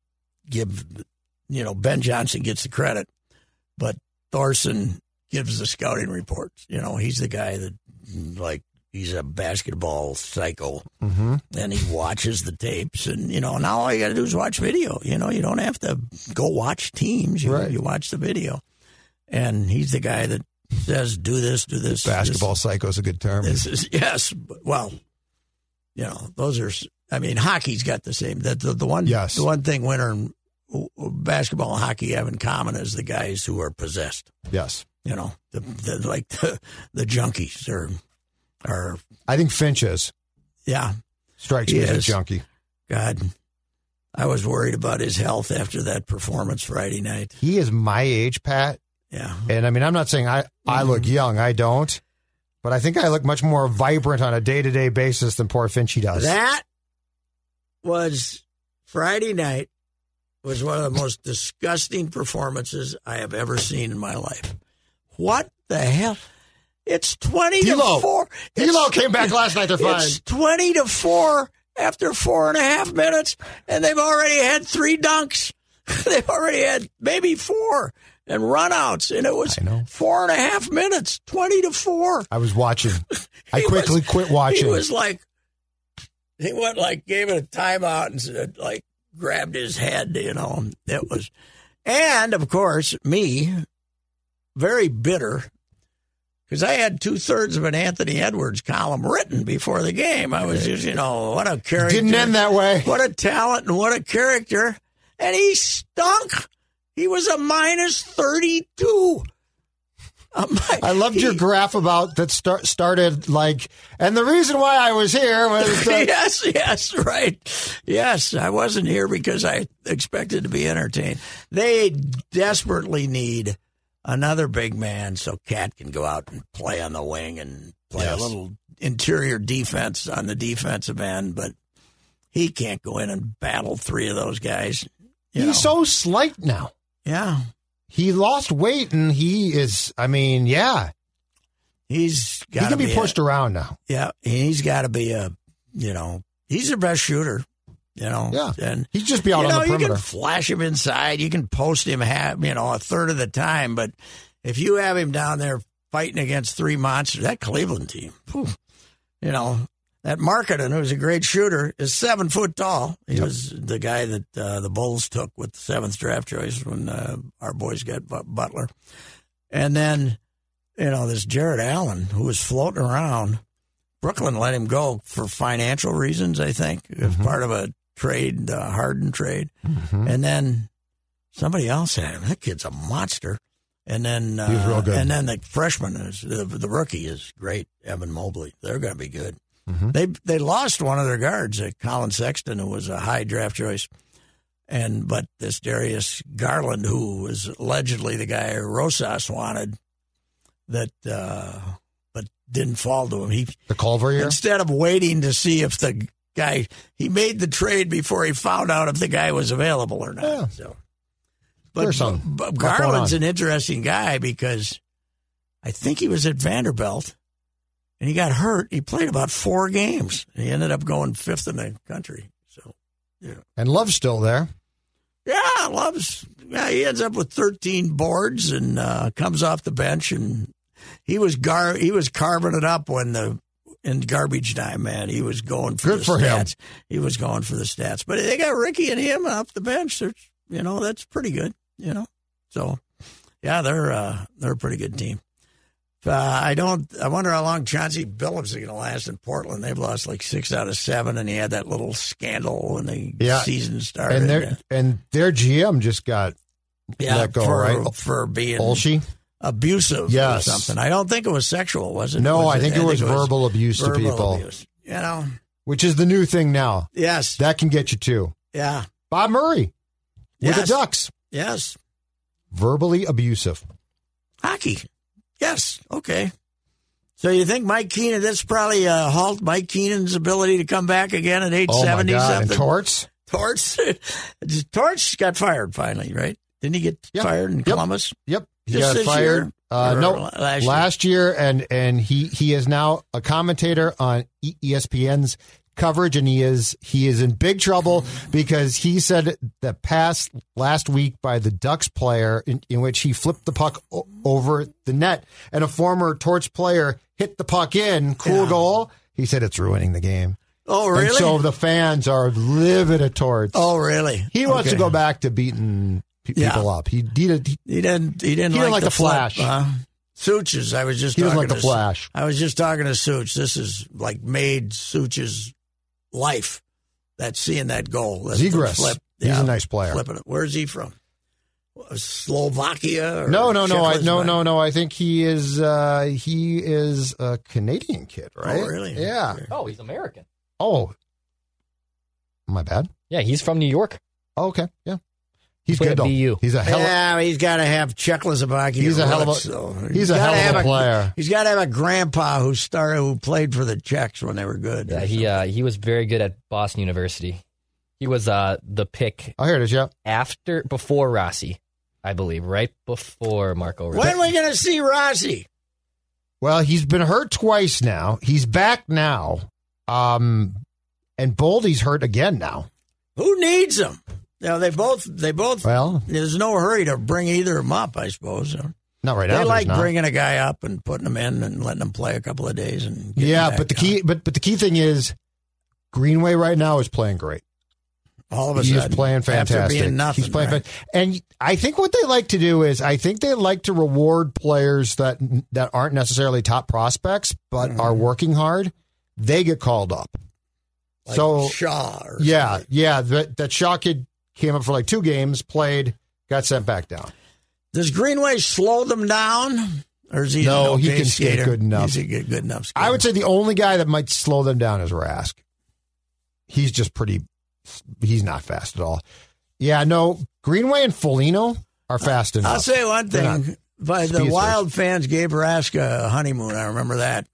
S1: give, you know, Ben Johnson gets the credit, but Thorson gives the scouting reports. You know, he's the guy that, like, he's a basketball psycho
S4: Mm-hmm.
S1: and he watches the tapes and you know now all you got to do is watch video you know you don't have to go watch teams you,
S4: Right.
S1: you watch the video and he's the guy that says do this do this
S4: Basketball psycho is a good term.
S1: this, this is yes but- well you know those are s- i mean hockey's got the same that the, the one
S4: Yes.
S1: the one thing winter and w- w- basketball and hockey have in common is the guys who are possessed
S4: yes.
S1: you know the, the like the, the junkies are are
S4: I think Finch is.
S1: yeah
S4: Strikes me as a
S1: Yes.
S4: junkie.
S1: God, I was worried about his health after that performance Friday night.
S4: He is my age, Pat.
S1: Yeah.
S4: And I mean, I'm not saying I, I
S1: Mm-hmm.
S4: look young. I don't. But I think I look much more vibrant on a day to day basis than poor Finchie does.
S1: That was Friday night was one of the most disgusting performances I have ever seen in my life. What the hell? It's 20
S4: D'Lo.
S1: to 4. It's-
S4: D'Lo came back last night. They're
S1: (laughs)
S4: fine.
S1: It's 20 to 4 after four and a half minutes, and they've already had three dunks. (laughs) they've already had maybe four and runouts, and it was
S4: I know.
S1: four and a half minutes, 20 to 4.
S4: I
S1: (laughs)
S4: was watching. I
S1: He
S4: quickly quit watching.
S1: He was like, he went like, gave it a timeout and said, like, grabbed his head, you know. It was, and of course, me, very bitter, because I had two thirds of an Anthony Edwards column written before the game. I was just, you know, what a character.
S4: Didn't end
S1: (laughs)
S4: that way.
S1: What a talent and what a character. And he stunk. He was a minus 32. A mi-
S4: I loved your
S1: he-
S4: graph about that start, started like, and the reason why I was
S1: (laughs)
S4: here was (laughs) that
S1: yes, yes, right. Yes, I wasn't here because I expected to be entertained. They desperately need another big man so Cat can go out and play on the wing and play a little interior defense on the defensive end, but he can't go in and battle three of those guys. you
S4: he's
S1: know.
S4: so slight now.
S1: yeah.
S4: He lost weight and he is, I mean, yeah.
S1: He's
S4: He
S1: got
S4: can be,
S1: a-
S4: pushed around now.
S1: yeah, he's got to be a you know he's the best shooter. You know,
S4: Yeah.
S1: and
S4: He'd just be out
S1: you
S4: on
S1: know,
S4: the
S1: You
S4: perimeter.
S1: can flash him inside. You can post him half, you know, a third of the time. But if you have him down there fighting against three monsters, that Cleveland team, phew, you know, that Markkinen, who's a great shooter, is seven foot tall. He was the guy that uh, the Bulls took with the seventh draft choice when uh, our boys got Bu- Butler, and then you know this Jared Allen, who was floating around Brooklyn let him go for financial reasons, I think, as
S6: Mm-hmm.
S1: part of a trade, uh, Harden trade. And then somebody else had him. That kid's a monster. And then, uh,
S6: He was real good.
S1: and then the freshman is the, the rookie is great, Evan Mobley. They're going to be good.
S6: Mm-hmm.
S1: They they lost one of their guards, uh, Colin Sexton, who was a high draft choice, and but this Darius Garland, who was allegedly the guy Rosas wanted, that uh, but didn't fall to him. He
S4: The Culver here.
S1: Instead of waiting to see if the guy he made the trade before he found out if the guy was available or not.
S4: Yeah.
S1: So,
S4: There's some-
S1: but
S4: lot going
S1: Garland's an
S4: on.
S1: interesting guy because I think he was at Vanderbilt and he got hurt. He played about four games. He ended up going fifth in the country. So
S4: And Love's still there.
S1: yeah, loves. Yeah, he ends up with 13 boards and uh, comes off the bench, and he was gar he was carving it up when the in garbage time, man. He was going for
S4: Good
S1: the
S4: for him.
S1: stats. He was going for the stats, but they got Ricky and him off the bench. They're, you know, that's pretty good. You know, so yeah, they're uh, they're a pretty good team. Uh, I don't. I wonder how long Chauncey Billups is going to last in Portland. They've lost like six out of seven, and he had that little scandal when the
S4: Yeah.
S1: season started. uh,
S4: And their and their GM just got let go,
S1: for,
S4: right?
S1: For being
S4: Olshy.
S1: abusive
S4: Yes.
S1: or something. I don't think it was sexual, was it?
S4: No,
S1: Was
S4: I think it was verbal abuse to
S1: verbal
S4: people.
S1: abuse. You know,
S4: which is the new thing now.
S1: yes,
S4: That can get you too.
S1: yeah,
S4: Bob Murray with
S1: Yes.
S4: the Ducks,
S1: yes.
S4: verbally abusive.
S1: Hockey, yes, okay. So you think Mike Keenan? That's probably a halt Mike Keenan's ability to come back again at age
S4: Oh my
S1: seventy
S4: god! And
S1: something.
S4: Torts,
S1: Torch, (laughs) Torch got fired finally, right? Didn't he get
S4: Yep.
S1: fired in
S4: Yep.
S1: Columbus?
S4: yep, he
S1: Just
S4: got
S1: this
S4: fired.
S1: year?
S4: Uh,
S1: Or
S4: no,
S1: last
S4: last,
S1: year?
S4: year, and and he he is now a commentator on E- ESPN's coverage, and he is he is in big trouble because he said the pass last week by the Ducks player in, in which he flipped the puck o- over the net, and a former Torts player hit the puck in, cool
S1: Yeah.
S4: goal. He said it's ruining the game.
S1: Oh, really?
S4: And so the fans are livid at Torts.
S1: oh, really?
S4: he wants to
S1: Okay.
S4: go back to beating pe-
S1: Yeah.
S4: people up. He he, did, he
S1: He didn't. He didn't,
S4: He didn't like the
S1: flip,
S4: Flash.
S1: huh? Suches. I was just.
S4: He
S1: talking
S4: doesn't like
S1: to,
S4: the Flash.
S1: I was just talking to Such. This is like made Such's life. That seeing that goal. That
S4: Zegras.
S1: flip.
S4: He's a nice player.
S1: Flipping it. Where's he from? Uh, Slovakia? Or
S4: No, no, no, I,
S1: Czechoslovakia?
S4: no, no, no. I think he is uh, he is a Canadian kid, right?
S1: really?
S4: Yeah.
S5: Oh, he's American.
S4: Oh, my bad.
S5: Yeah, he's from New York.
S4: Oh, okay, yeah. He's
S5: Played
S4: good
S5: at
S4: though.
S5: BU.
S4: He's a hell. of
S1: yeah, he's got to have Czechoslovakia.
S4: He's a hell of a-
S1: roots, though.
S4: he's a
S1: gotta
S4: hell of a
S1: have
S4: player.
S1: He's got to have a grandpa who started, who played for the Czechs when they were good.
S5: Yeah, he uh, he was very good at Boston University. He was uh, the pick
S4: Oh, here it is. Yeah.
S5: after before Rossi, I believe, right before Marco. Rossi.
S1: when are we going to see Rossi?
S4: Well, he's been hurt twice now. He's back now. Um, and Boldy's hurt again now.
S1: Who needs them? Now they both they both.
S4: Well,
S1: there's no hurry to bring either of them up, I suppose.
S4: not right now.
S1: they
S4: there's
S1: like
S4: not.
S1: bringing a guy up and putting him in and letting him play a couple of days. And getting
S4: Yeah,
S1: back
S4: but the
S1: on.
S4: key, but but the key thing is, Greenway right now is playing great.
S1: all of a
S4: He is
S1: sudden,
S4: playing fantastic.
S1: After being nothing,
S4: He's playing
S1: right?
S4: fan- and I think what they like to do is, I think they like to reward players that that aren't necessarily top prospects but
S1: Mm-hmm.
S4: are working hard. They get called up.
S1: Like
S4: so
S1: Shaw. Or
S4: yeah,
S1: something.
S4: yeah, that that Shaw kid came up for like two games, played, got sent back down.
S1: does Greenway slow them down, or is he
S4: No,
S1: an
S4: he
S1: okay
S4: can skate
S1: skater?
S4: good enough.
S1: He's a good, good enough. Skater.
S4: I would say the only guy that might slow them down is Rask. He's just pretty. He's not fast at all. Yeah, no. Greenway and Folino are fast enough.
S1: I'll say one
S4: They're not-
S1: thing. But the
S4: speedsters.
S1: Wild fans gave Rask a honeymoon. I remember that.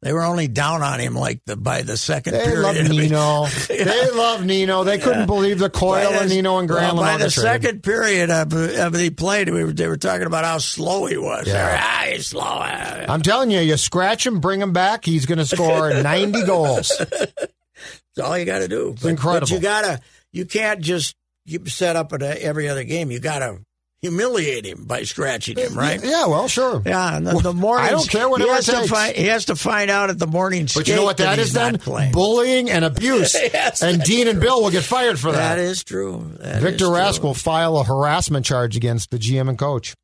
S1: They were only down on him like the by the second
S4: They
S1: period.
S4: love
S1: (laughs) I mean,
S4: Nino.
S1: Yeah.
S4: They love Nino. They couldn't believe the coil
S1: By
S4: and
S1: the-
S4: Nino and Grand
S1: well, by
S4: Lemon
S1: the
S4: trade.
S1: second period of, of he played, we were, they were talking about how slow he was.
S4: Yeah.
S1: They were, Ah, he's slow. Ah.
S4: I'm telling you, you scratch him, bring him back. He's going to score
S1: (laughs)
S4: 90 goals.
S1: That's all you got to do. But-
S4: incredible.
S1: But you gotta, you can't just you set up at a, every other game. You gotta humiliate him by scratching him, right?
S4: Yeah, well, sure.
S1: Yeah, and the, the morning.
S4: I don't care what
S1: he
S4: it
S1: has to
S4: takes.
S1: find. He has to find out at the morning.
S4: But you know what that is then? Bullying and
S1: (laughs)
S4: abuse.
S1: Yes,
S4: and
S1: that's
S4: Dean and Bill will get fired for that.
S1: that is true. That is
S4: Victor
S1: true.
S4: Rask will file a harassment charge against the GM and coach.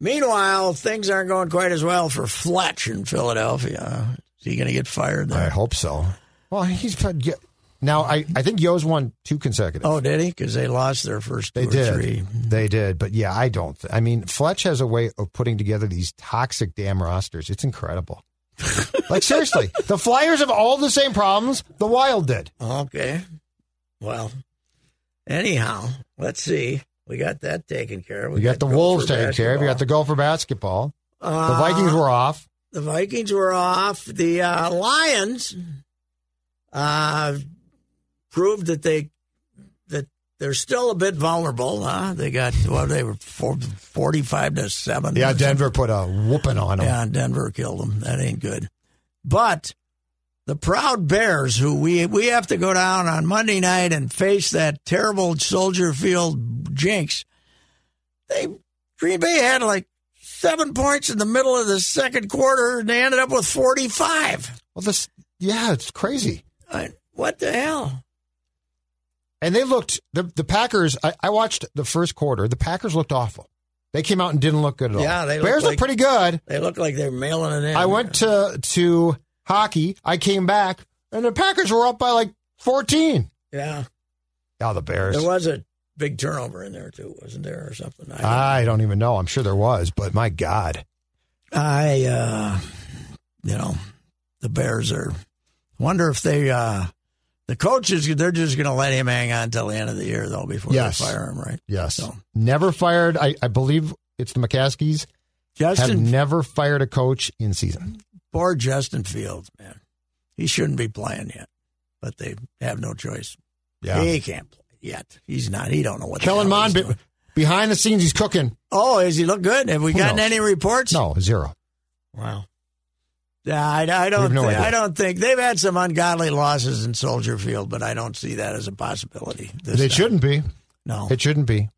S1: Meanwhile, things aren't going quite as well for Fletch in Philadelphia. he going to get fired
S4: I
S1: there?
S4: hope so. Well, he's put- yeah. now. I, I think Yo's won two consecutive.
S1: Oh, did he? Because they lost their first two
S4: they
S1: or
S4: did.
S1: three.
S4: They did. But yeah, I don't. th- I mean, Fletch has a way of putting together these toxic damn rosters. It's
S1: (laughs)
S4: incredible. like seriously, the Flyers have all the same problems the Wild did.
S1: Okay. Well, anyhow, let's see. We got that taken care of.
S4: You got the Wolves taken care of. You got the goal for basketball. The Vikings were off.
S1: Uh-huh. the Vikings were off. The uh, Lions uh, proved that they that they're still a bit vulnerable. Huh? They got well, they were four, forty-five to seven.
S4: Yeah, Denver put a whooping on
S1: Mm-hmm.
S4: them.
S1: Yeah, Denver killed them. That ain't good. But the proud Bears, who we we have to go down on Monday night and face that terrible Soldier Field jinx. They Green Bay had like seven points in the middle of the second quarter, and they ended up with forty-five.
S4: Well, this yeah, it's crazy.
S1: I, what the hell?
S4: And they looked the the Packers. I, I watched the first quarter. The Packers looked awful. They came out and didn't look good at all.
S1: Yeah, they looked
S4: Bears
S1: like-
S4: look pretty good.
S1: They look like they're mailing it in.
S4: I went to to hockey. I came back and the Packers were up by like fourteen.
S1: Yeah,
S4: Now Oh, the Bears.
S1: there was a big turnover in there too, wasn't there, or something? I,
S4: I don't even know. I'm sure there was, but my God,
S1: I, uh, you know, the Bears are. Wonder if they, uh, the coaches, they're just going to let him hang on till the end of the year though before
S4: Yes.
S1: they fire him, right?
S4: yes,
S1: So-
S4: never fired. I, I believe it's the McCaskies have
S1: Justin,
S4: never fired a coach in season.
S1: poor Justin Fields, man, he shouldn't be playing yet, but they have no choice. He can't play yet. He's not. He don't know what. the
S4: Kellen
S1: hell
S4: Mond
S1: he's
S4: be,
S1: doing.
S4: behind the scenes, he's cooking.
S1: Oh, has he looked good? Have we
S4: Who
S1: gotten
S4: knows?
S1: any reports?
S4: No zero.
S1: Wow. Yeah, I, I don't.
S4: have no
S1: thi-
S4: idea.
S1: I don't think they've had some ungodly losses in Soldier Field, but I don't see that as a possibility. this
S4: It
S1: time.
S4: shouldn't be.
S1: No,
S4: It shouldn't be.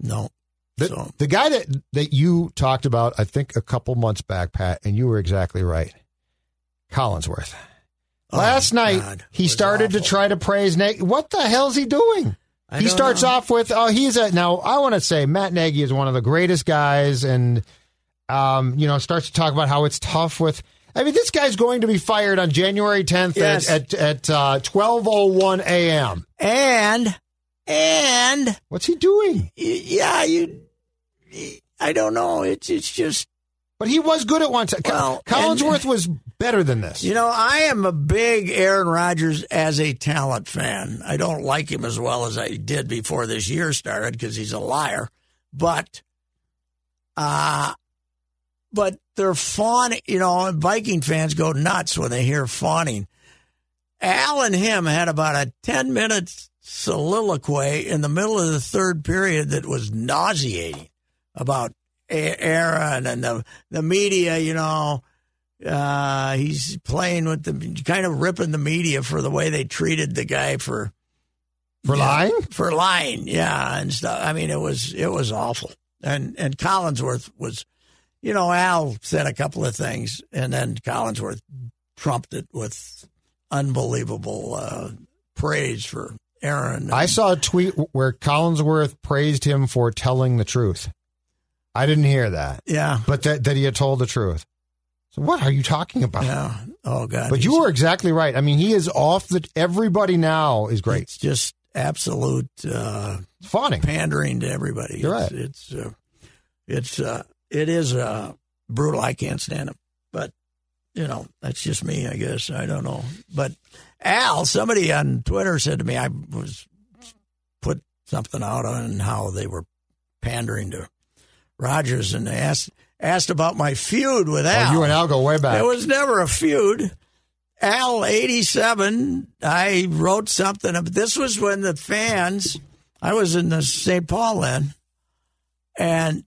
S1: no.
S4: The,
S1: so
S4: the guy that that you talked about, I think a couple months back, Pat, and you were exactly right. Collinsworth.
S1: Oh,
S4: Last night
S1: God. It
S4: he
S1: was
S4: started to
S1: awful.
S4: try to praise Nagy. What the hell's he doing?
S1: I
S4: he
S1: don't
S4: starts
S1: know.
S4: off with, "Oh, he's a now." I want to say Matt Nagy is one of the greatest guys, and um, you know, starts to talk about how it's tough with. I mean, this guy's going to be fired on January 10th
S1: Yes.
S4: at at at twelve oh one a.m.
S1: and and y-
S4: What's he doing?
S1: yeah, you. I don't know. It's it's just
S4: But he was good at one time.
S1: Well, and-
S4: Collinsworth was better than this.
S1: you know I am a big Aaron Rodgers as a talent fan. I don't like him as well as I did before this year started because he's a liar. But uh but they're fawning. You know, Viking fans go nuts when they hear fawning. Al and him had about a 10 minute soliloquy in the middle of the third period that was nauseating about A- Aaron and the, the media, you know. Uh, he's playing with the kind of ripping the media for the way they treated the guy for
S4: For lying?
S1: for lying, yeah, and stuff. I mean, it was it was awful. And and Collinsworth was, you know, Al said a couple of things, and then Collinsworth trumped it with unbelievable uh, praise for Aaron.
S4: I saw a tweet where Collinsworth praised him for telling the truth. I didn't hear that,
S1: yeah,
S4: but that, that he had told the truth. So what are you talking about?
S1: yeah. Oh God,
S4: but you
S1: he's-
S4: were exactly right. I mean, he is off the. Everybody now is great.
S1: It's just absolute. Uh,
S4: It's fawning.
S1: pandering to everybody.
S4: You're
S1: it's,
S4: right.
S1: It's uh, it's uh, it is uh, brutal. I can't stand him, but you know that's just me. I guess I don't know. But Al, somebody on Twitter said to me, I was put something out on how they were pandering to Rogers and asked asked about my feud with Al.
S4: Oh, you and Al go way back.
S1: There was never a feud. Al 87, I wrote something. ab- This was when the fans, I was in the St. Paul then, and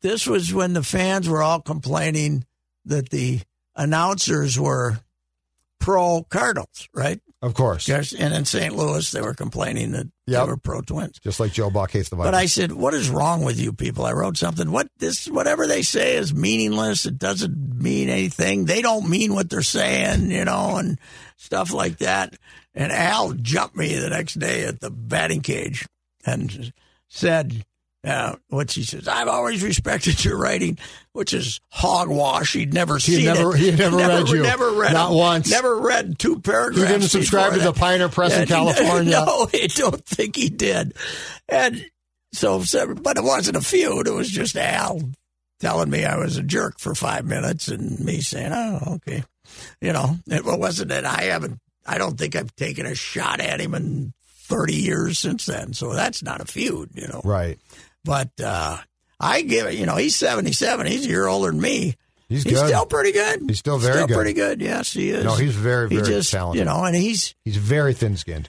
S1: this was when the fans were all complaining that the announcers were pro Cardinals, right?
S4: of course.
S1: Just- And in St. Louis, they were complaining that
S4: Yep.
S1: they were pro Twins.
S4: Just like Joe Buck hates the Vikings.
S1: But I said, "What is wrong with you people?" I wrote something. What this, whatever they say, is meaningless. It doesn't mean anything. They don't mean what they're saying, you know, and stuff like that. And Al jumped me the next day at the batting cage and said, Uh, what she says, I've always respected your writing, which is hogwash. He'd never seen
S4: never-
S1: it.
S4: he'd never read
S1: (laughs)
S4: you.
S1: Never read
S4: Not
S1: it.
S4: once.
S1: Never read two paragraphs.
S4: He didn't subscribe
S1: before
S4: to the
S1: that.
S4: Pioneer Press in
S1: And- (laughs)
S4: California.
S1: No, I don't think he did. And so, so- but it wasn't a feud. It was just Al telling me I was a jerk for five minutes, and me saying, "Oh, okay." You know, it wasn't that I haven't. I don't think I've taken a shot at him in thirty years since then. So that's not a feud, you know.
S4: Right.
S1: But uh, I give it. You know, he's seventy-seven. He's a year older than me.
S4: He's,
S1: He's
S4: good.
S1: still pretty good.
S4: He's still very good.
S1: pretty good. Yes, he is.
S4: no, he's very,
S1: he
S4: very
S1: just
S4: talented.
S1: you know, and he's
S4: He's very thin skinned.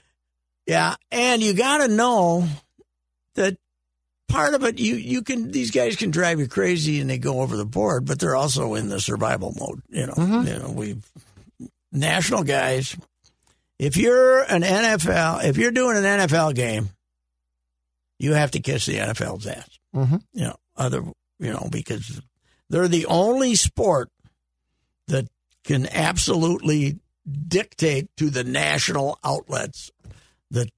S1: yeah, and you got to know that part of it you you can these guys can drive you crazy and they go over the board, but they're also in the survival mode. You know, you know we national guys. If you're an NFL, if you're doing an NFL game, you have to kiss the NFL's ass.
S4: Mhm.
S1: You know, other you know because they're the only sport that can absolutely dictate to the national outlets that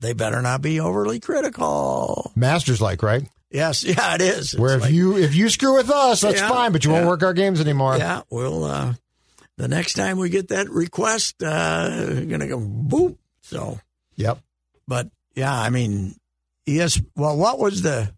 S1: they better not be overly critical.
S4: Masters like, right?
S1: Yes, (laughs) yeah, it is. It's
S4: Where if
S1: like,
S4: you if you screw with us, that's
S1: Yeah,
S4: fine, but you won't
S1: yeah.
S4: work our games anymore.
S1: yeah, well, uh, the next time we get that request, uh, you're gonna go boop. So,
S4: Yep.
S1: but yeah, I mean, yes. Well, what was the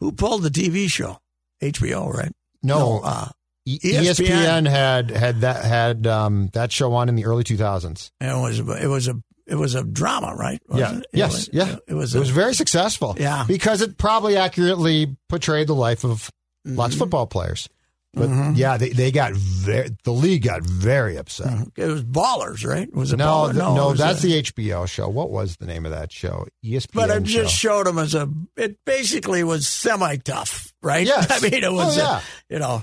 S1: who pulled the TV show? HBO, right?
S4: No,
S1: uh,
S4: E- ESPN.
S1: ESPN
S4: had had that had um, that show on in the early 2000s.
S1: it was it was a it was a drama, right?
S4: yeah.
S1: Wasn't it? It
S4: yes.
S1: was-
S4: yeah.
S1: It was.
S4: it
S1: a-
S4: was very successful.
S1: Yeah.
S4: Because it probably accurately portrayed the life of lots
S1: Mm-hmm.
S4: of football players. But yeah, they, they got very, the league got very upset.
S1: it was ballers, right? Was it
S4: No,
S1: baller?
S4: th- no,
S1: it was
S4: that's
S1: a-
S4: the HBO show. What was the name of that show? E ESPN
S1: But I
S4: show.
S1: just showed him as a. It basically was semi tough, right? (laughs)
S4: Yes.
S1: I mean, it was,
S4: Oh,
S1: uh,
S4: yeah.
S1: you know,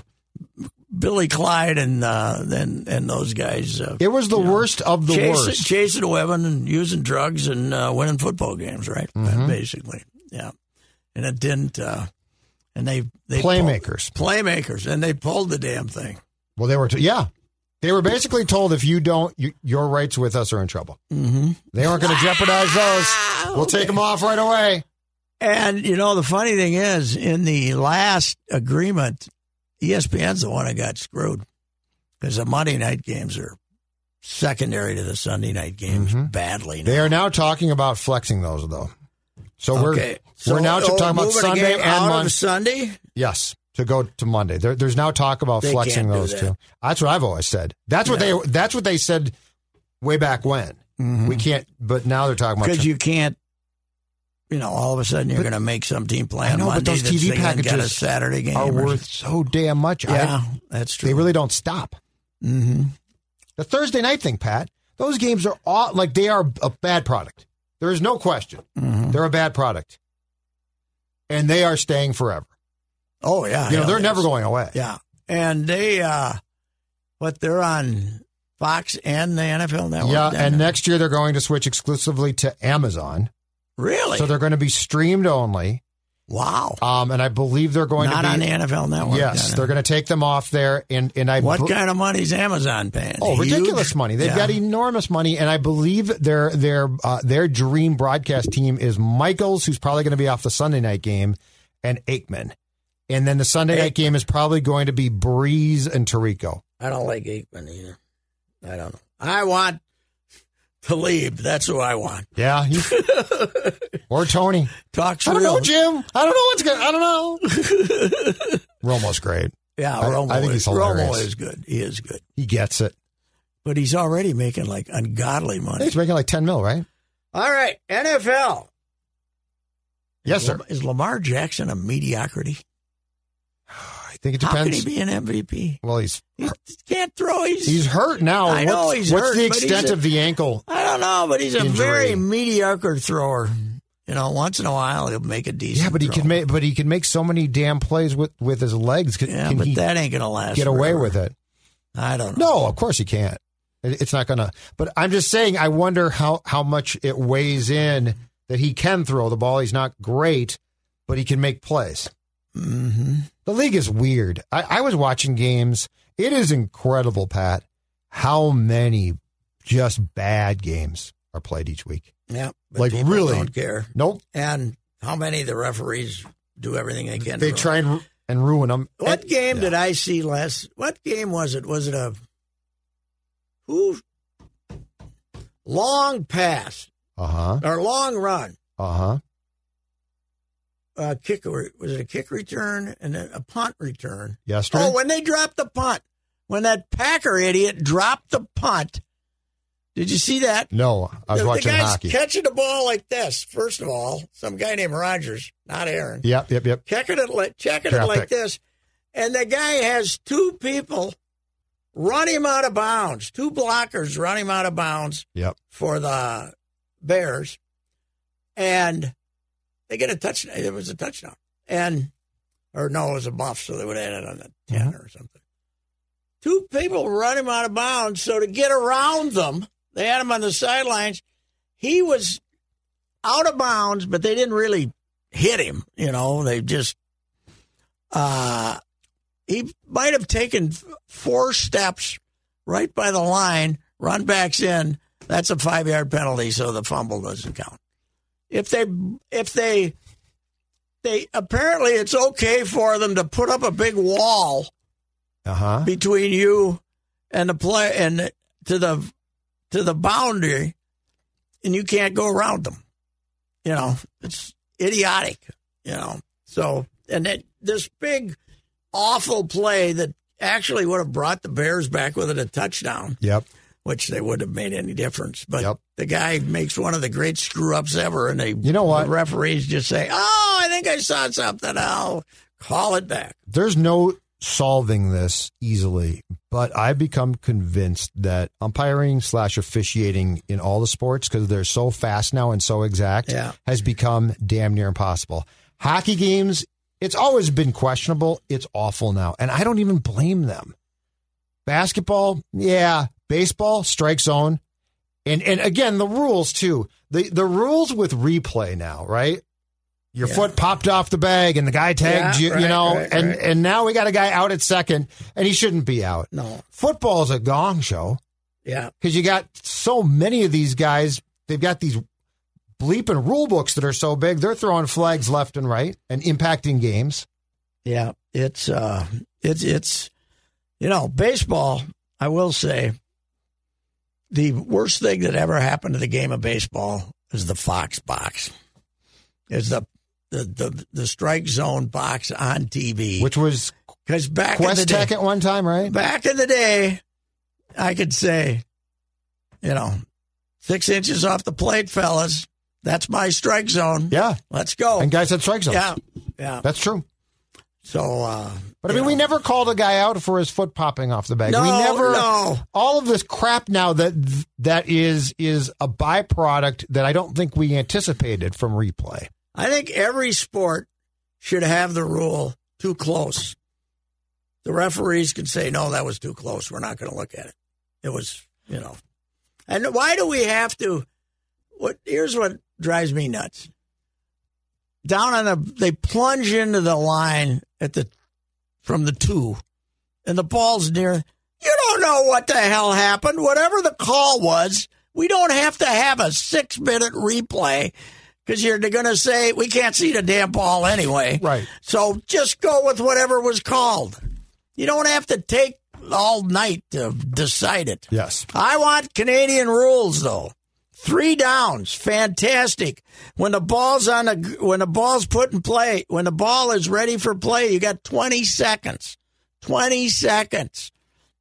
S1: Billy Clyde and uh, and and those guys. Uh,
S4: it was the worst of the
S1: chasing,
S4: worst.
S1: chasing women and using drugs and uh, winning football games, right?
S4: Mm-hmm.
S1: Basically, yeah. And it didn't. Uh, and they they pulled-
S4: Playmakers.
S1: playmakers, and they pulled the damn thing.
S4: Well, they were, t- yeah. They were basically told if you don't, you, your rights with us are in trouble. Mm-hmm. They aren't going to jeopardize those. We'll take them off right away.
S1: And you know the funny thing is, in the last agreement, E ESPN's the one that got screwed because the Monday night games are secondary to the Sunday night games badly.
S4: Mm-hmm. They
S1: now.
S4: are now talking about flexing those, though. So we're
S1: okay, so
S4: we're now
S1: oh,
S4: talking about
S1: moving a
S4: Sunday
S1: game
S4: and
S1: out
S4: Monday.
S1: of Sunday.
S4: Yes, to go to Monday. There, there's now talk about
S1: They
S4: flexing
S1: can't do
S4: those
S1: that.
S4: two. That's what I've always said. That's what
S1: Yeah. Mm-hmm.
S4: they. That's what they said way back when. We can't. But now they're talking about.
S1: because you can't. You know, all of a sudden you're
S4: But-
S1: going to make some team play
S4: I
S1: on
S4: know, but
S1: Monday
S4: those
S1: that's
S4: TV
S1: thinking they got a
S4: packages
S1: Saturday game
S4: are
S1: or
S4: worth
S1: something.
S4: so damn much. I-
S1: Yeah, that's true.
S4: they really don't stop.
S1: hmm
S4: The Thursday night thing, Pat. Those games are all like they are a bad product. There is no question.
S1: Mm-hmm.
S4: They're a bad product, and they are staying forever.
S1: Oh yeah,
S4: You know
S1: yeah,
S4: they're
S1: yes.
S4: never going away.
S1: Yeah, and they, uh what they're on Fox and the NFL Network.
S4: Yeah,
S1: down
S4: and
S1: there.
S4: next year they're going to switch exclusively to Amazon.
S1: really,
S4: So they're going to be streamed only.
S1: wow,
S4: Um, and I believe they're going
S1: not
S4: to be
S1: on the NFL Network.
S4: Yes, they're going to take them off there and and I
S1: What
S4: bel-
S1: kind of money's Amazon paying?
S4: Oh,
S1: Huge?
S4: ridiculous money. They've
S1: Yeah.
S4: got enormous money and I believe their their uh, their dream broadcast team is Michaels who's probably going to be off the Sunday night game and Aikman. And then the Sunday night
S1: Aikman.
S4: game is probably going to be Breeze and Tarico.
S1: I don't like Aikman either. I don't know. I want Talib. That's who I want.
S4: Yeah,
S1: (laughs)
S4: you- or Tony.
S1: Talks
S4: I don't
S1: real.
S4: know, Jim. I don't know what's good. I don't know. Romo's great.
S1: (laughs) Yeah,
S4: I-
S1: Romo,
S4: I think
S1: is,
S4: he's
S1: Romo
S4: hilarious.
S1: is good. He is good,
S4: He gets it.
S1: but he's already making like ungodly
S4: I
S1: money.
S4: think he's making like ten mil, right?
S1: All right, NFL.
S4: Yes, sir.
S1: Is Lamar Jackson a mediocrity?
S4: I think it
S1: How can he
S4: depends.
S1: be an MVP?
S4: well, he's
S1: He can't throw. He's,
S4: he's hurt now.
S1: I know
S4: what's,
S1: he's
S4: what's the
S1: hurt, but he's
S4: extent
S1: a-
S4: of the ankle?
S1: I don't know, but he's a
S4: Injury.
S1: very mediocre thrower. You know, once in a while he'll make a decent.
S4: Yeah, but he
S1: throw.
S4: can make but he can make so many damn plays with with his legs. Can,
S1: Yeah,
S4: can
S1: but
S4: he
S1: that ain't gonna last.
S4: get away
S1: forever.
S4: with it?
S1: I don't know.
S4: No, of course he can't. It- It's not gonna. But I'm just saying. I wonder how how much it weighs in that he can throw the ball. He's not great, but he can make plays.
S1: Mm-hmm.
S4: The league is weird. I, I was watching games. It is incredible, Pat, how many just bad games are played each week.
S1: Yeah, but
S4: Like,
S1: people
S4: really?
S1: don't care.
S4: Nope.
S1: And how many of the referees do everything they can.
S4: They
S1: to-
S4: try and, and ruin them.
S1: What game did I see last? What game was it? Was it a who? Long pass
S4: Uh huh.
S1: or long run?
S4: Uh huh.
S1: Uh, kick re- was it a kick return and then a punt return?
S4: Yesterday?
S1: Oh, when they dropped the punt, when that Packer idiot dropped the punt. Did you see that?
S4: No, I was
S1: the, the
S4: watching
S1: guy's
S4: hockey.
S1: catching the ball like this. First of all, some guy named Rogers, not Aaron.
S4: Yep, yep, yep.
S1: checking it, like, checking it
S4: Traffic.
S1: like this, and the guy has two people run him out of bounds. Two blockers run him out of bounds
S4: Yep.
S1: for the Bears, and they get a touchdown. It was a touchdown, and or no, it was a buff, so they would add it on the 10 or something. Two people run him out of bounds, so to get around them, they had him on the sidelines. He was out of bounds, but they didn't really hit him. You know, they just uh, he might have taken f- four steps right by the line, run backs in. That's a five yard penalty, so the fumble doesn't count. If they, if they, they apparently it's okay for them to put up a big wall
S4: Uh huh.
S1: between you and the play and to the to the boundary, and you can't go around them. You know, it's idiotic. You know, so and it, this big awful play that actually would have brought the Bears back within a touchdown,
S4: Yep.
S1: which they wouldn't have made any difference. But
S4: Yep.
S1: the guy makes one of the great screw ups ever, and they
S4: You know what?
S1: the referees just say, "Oh, I think I saw something. I'll call it back."
S4: there's no solving this easily, but I've become convinced that umpiring slash officiating in all the sports, because they're so fast now and so exact,
S1: Yeah.
S4: has become damn near impossible. Hockey games, it's always been questionable. It's awful now. And I don't even blame them. Basketball, yeah. Baseball, strike zone. And and again, the rules too. The the rules with replay now, right? Your foot popped off the bag and the guy tagged
S1: Yeah,
S4: you, you
S1: right,
S4: know,
S1: right,
S4: and
S1: right.
S4: and now we got a guy out at second and he shouldn't be out.
S1: No,
S4: Football's a gong show
S1: yeah,
S4: because you got so many of these guys, they've got these bleeping rule books that are so big, they're throwing flags left and right and impacting games.
S1: Yeah, it's uh, it's it's you know baseball. I will say the worst thing that ever happened to the game of baseball is the Fox box, is the the the, the strike zone box on TV.
S4: Which was
S1: because back in the
S4: Quest
S1: day,
S4: Tech at one time, right?
S1: back in the day, I could say, you know, six inches off the plate, fellas. That's my strike zone.
S4: Yeah.
S1: Let's go.
S4: And guys had strike zones.
S1: Oh. yeah, yeah.
S4: That's true.
S1: So, uh,
S4: But I mean,
S1: you
S4: we
S1: know.
S4: never called a guy out for his foot popping off the bag.
S1: No,
S4: we never.
S1: no.
S4: All of this crap now that that is is a byproduct that I don't think we anticipated from replay.
S1: I think every sport should have the rule too close. The referees can say, no, that was too close. We're not going to look at it. It was, you know. And why do we have to? What Here's what drives me nuts. Down on the, they plunge into the line at the, from the two, and the ball's near. You don't know what the hell happened. Whatever the call was, we don't have to have a six minute replay because you're going to say we can't see the damn ball anyway.
S4: Right.
S1: So just go with whatever was called. You don't have to take all night to decide it.
S4: Yes.
S1: I want Canadian rules though. Three downs, fantastic. When the ball's on the when the ball's put in play, when the ball is ready for play, you got 20 seconds. 20 seconds.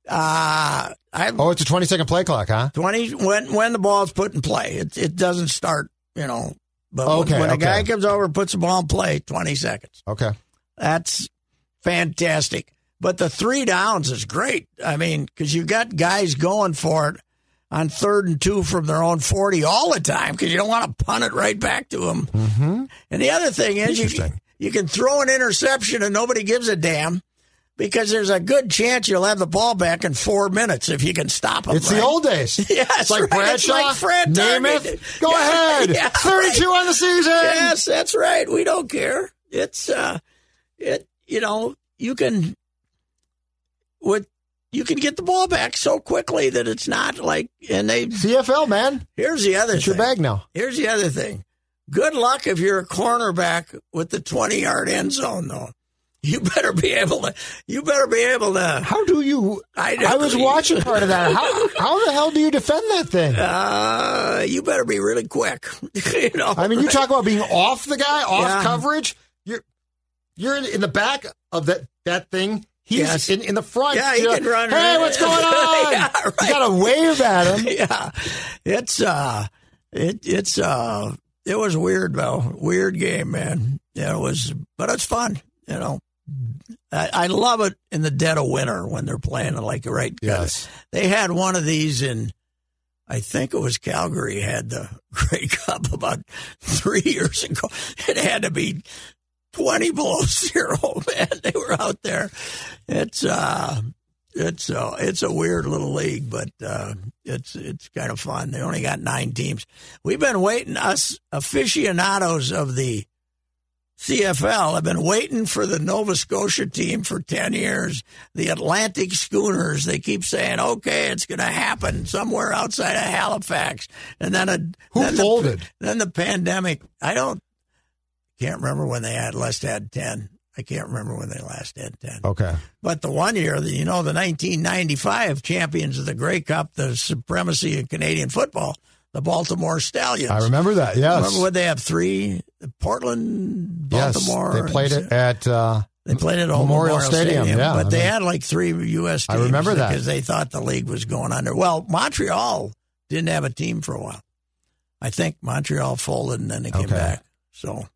S1: Uh I
S4: Oh, it's a twenty second play clock, huh?
S1: 20 when when the ball's put in play. It it doesn't start, you know, but when-
S4: Okay,
S1: when,
S4: okay.
S1: a guy comes over, puts the ball in play, 20 seconds.
S4: Okay.
S1: That's fantastic. But the three downs is great. I mean, because you got guys going for it on third and two from their own 40 all the time because you don't want to punt it right back to them. Mm-hmm. And the other thing is you,
S4: Interesting.
S1: you can throw an interception and nobody gives a damn because there's a good chance you'll have the ball back in four minutes if you can stop them.
S4: It's
S1: (laughs)
S4: the old days.
S1: Yeah,
S4: it's like
S1: that's right. It's
S4: Bradshaw,
S1: like Fred
S4: Namath.
S1: Target. (laughs)
S4: Go
S1: Yeah,
S4: ahead,
S1: yeah,
S4: thirty-two on the season.
S1: Yes, that's right. We don't care. It's uh it you know, you can with you can get the ball back so quickly that it's not like and they
S4: CFL man,
S1: here's the other
S4: it's your
S1: thing.
S4: bag now.
S1: Here's the other thing. Good luck if you're a cornerback with the 20 yard end zone, though. You better be able to. You better be able to.
S4: How do you?
S1: I
S4: I,
S1: know.
S4: was watching part of that. How how the hell do you defend that thing?
S1: (laughs) Uh, you better be really quick. (laughs) you know.
S4: I mean, you talk about
S1: (laughs)
S4: being off the guy, off
S1: Yeah.
S4: coverage. You're you're in, in the back of that that thing. He's
S1: Yes.
S4: in, in the front.
S1: Yeah, he
S4: You're
S1: can
S4: like,
S1: run
S4: Hey,
S1: right-
S4: what's going
S1: (laughs)
S4: on?
S1: Yeah,
S4: You
S1: right.
S4: got to wave at him.
S1: (laughs) yeah, it's uh, it it's uh, it was weird though, weird game, man. Yeah, it was, but it's fun, you know. I, I love it in the dead of winter when they're playing like right.
S4: Yes.
S1: they had one of these in. I think it was Calgary had the (laughs) Grey Cup about three years ago. It had to be twenty below (laughs) zero, man. They were out there. It's uh, it's a it's a weird little league, but uh, it's it's kind of fun. They only got nine teams. We've been waiting. Us aficionados of the CFL have been waiting for the Nova Scotia team for ten years. The Atlantic Schooners. They keep saying, "Okay, it's going to happen somewhere outside of Halifax," and then a
S4: Who
S1: then the-
S4: folded?
S1: then the pandemic. I don't can't remember when they had last had ten. I can't remember when they last had ten.
S4: Okay.
S1: But the one year, that you know, the 1995 champions of the Grey Cup, the supremacy of Canadian football, the Baltimore Stallions.
S4: I remember that. Yes.
S1: Remember when they have three? Portland, Baltimore.
S4: yes. They played
S1: and-
S4: it at uh,
S1: They played it all Memorial,
S4: Memorial
S1: Stadium,
S4: Stadium, yeah,
S1: but
S4: I
S1: they
S4: mean-
S1: had like three U.S.
S4: I
S1: teams
S4: remember that.
S1: because they thought the league was going under. Well, Montreal didn't have a team for a while. I think Montreal folded and then they came
S4: Okay.
S1: back. So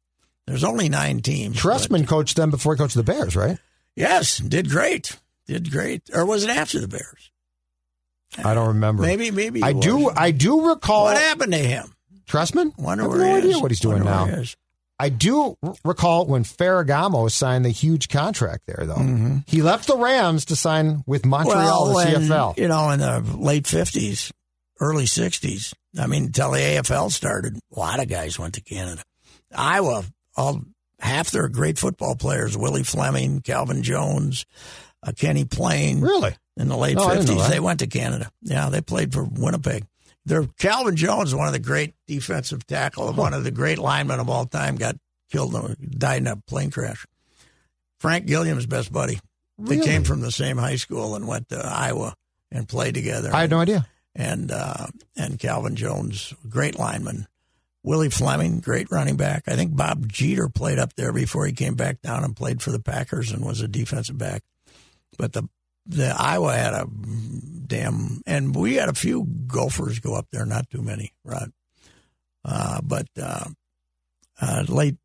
S1: there's only nine teams. but-
S4: Trustman coached them before he coached the Bears, right?
S1: Yes, did great. Did great. Or was it after the Bears?
S4: I don't remember.
S1: Maybe, maybe. it
S4: I do.
S1: was.
S4: I do recall
S1: what happened to him?
S4: Trustman.
S1: Wonder
S4: I have
S1: where
S4: no
S1: he
S4: idea
S1: is.
S4: what he's doing
S1: Wonder where
S4: now.
S1: he is.
S4: I do r- recall when Ferragamo signed the huge contract there, though. He left the Rams to sign with Montreal,
S1: Mm-hmm. Well,
S4: the
S1: when,
S4: CFL.
S1: you know, in the late fifties, early sixties. I mean, until the AFL started, a lot of guys went to Canada. Iowa, all half their great football players: Willie Fleming, Calvin Jones, uh, Kenny Plain.
S4: really?
S1: in the late
S4: Oh, I didn't know
S1: fifties.
S4: that.
S1: They went to Canada. Yeah, they played for Winnipeg. Their Calvin Jones, one of the great defensive tackle, one of the great linemen of all time, got killed, in a- died in a plane crash. Frank Gilliam's best buddy. They
S4: Really?
S1: came from the same high school and went to Iowa and played together.
S4: I had no idea.
S1: and uh, and Calvin Jones, great lineman. Willie Fleming, great running back. I think Bob Jeter played up there before he came back down and played for the Packers and was a defensive back. But the the Iowa had a damn, and we had a few Gophers go up there, not too many, right? Uh, but uh, uh, late,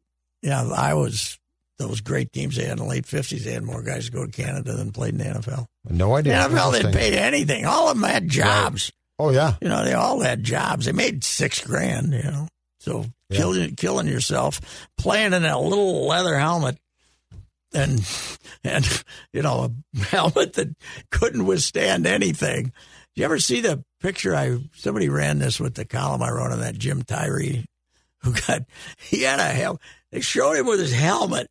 S1: yeah, Iowa's those great teams they had in the late fifties. They had more guys go to Canada than played in the NFL.
S4: No
S1: The
S4: idea.
S1: NFL didn't
S4: Interesting.
S1: pay anything. All of them had jobs.
S4: Oh yeah.
S1: You know, they all had jobs. They made six grand, you know. So
S4: Yeah.
S1: killing killing yourself, playing in a little leather helmet and (laughs) and you know, a helmet that couldn't withstand anything. Did you ever see the picture I somebody ran this with the column I wrote on that Jim Tyree who got (laughs) he had a helmet. They showed him with his helmet.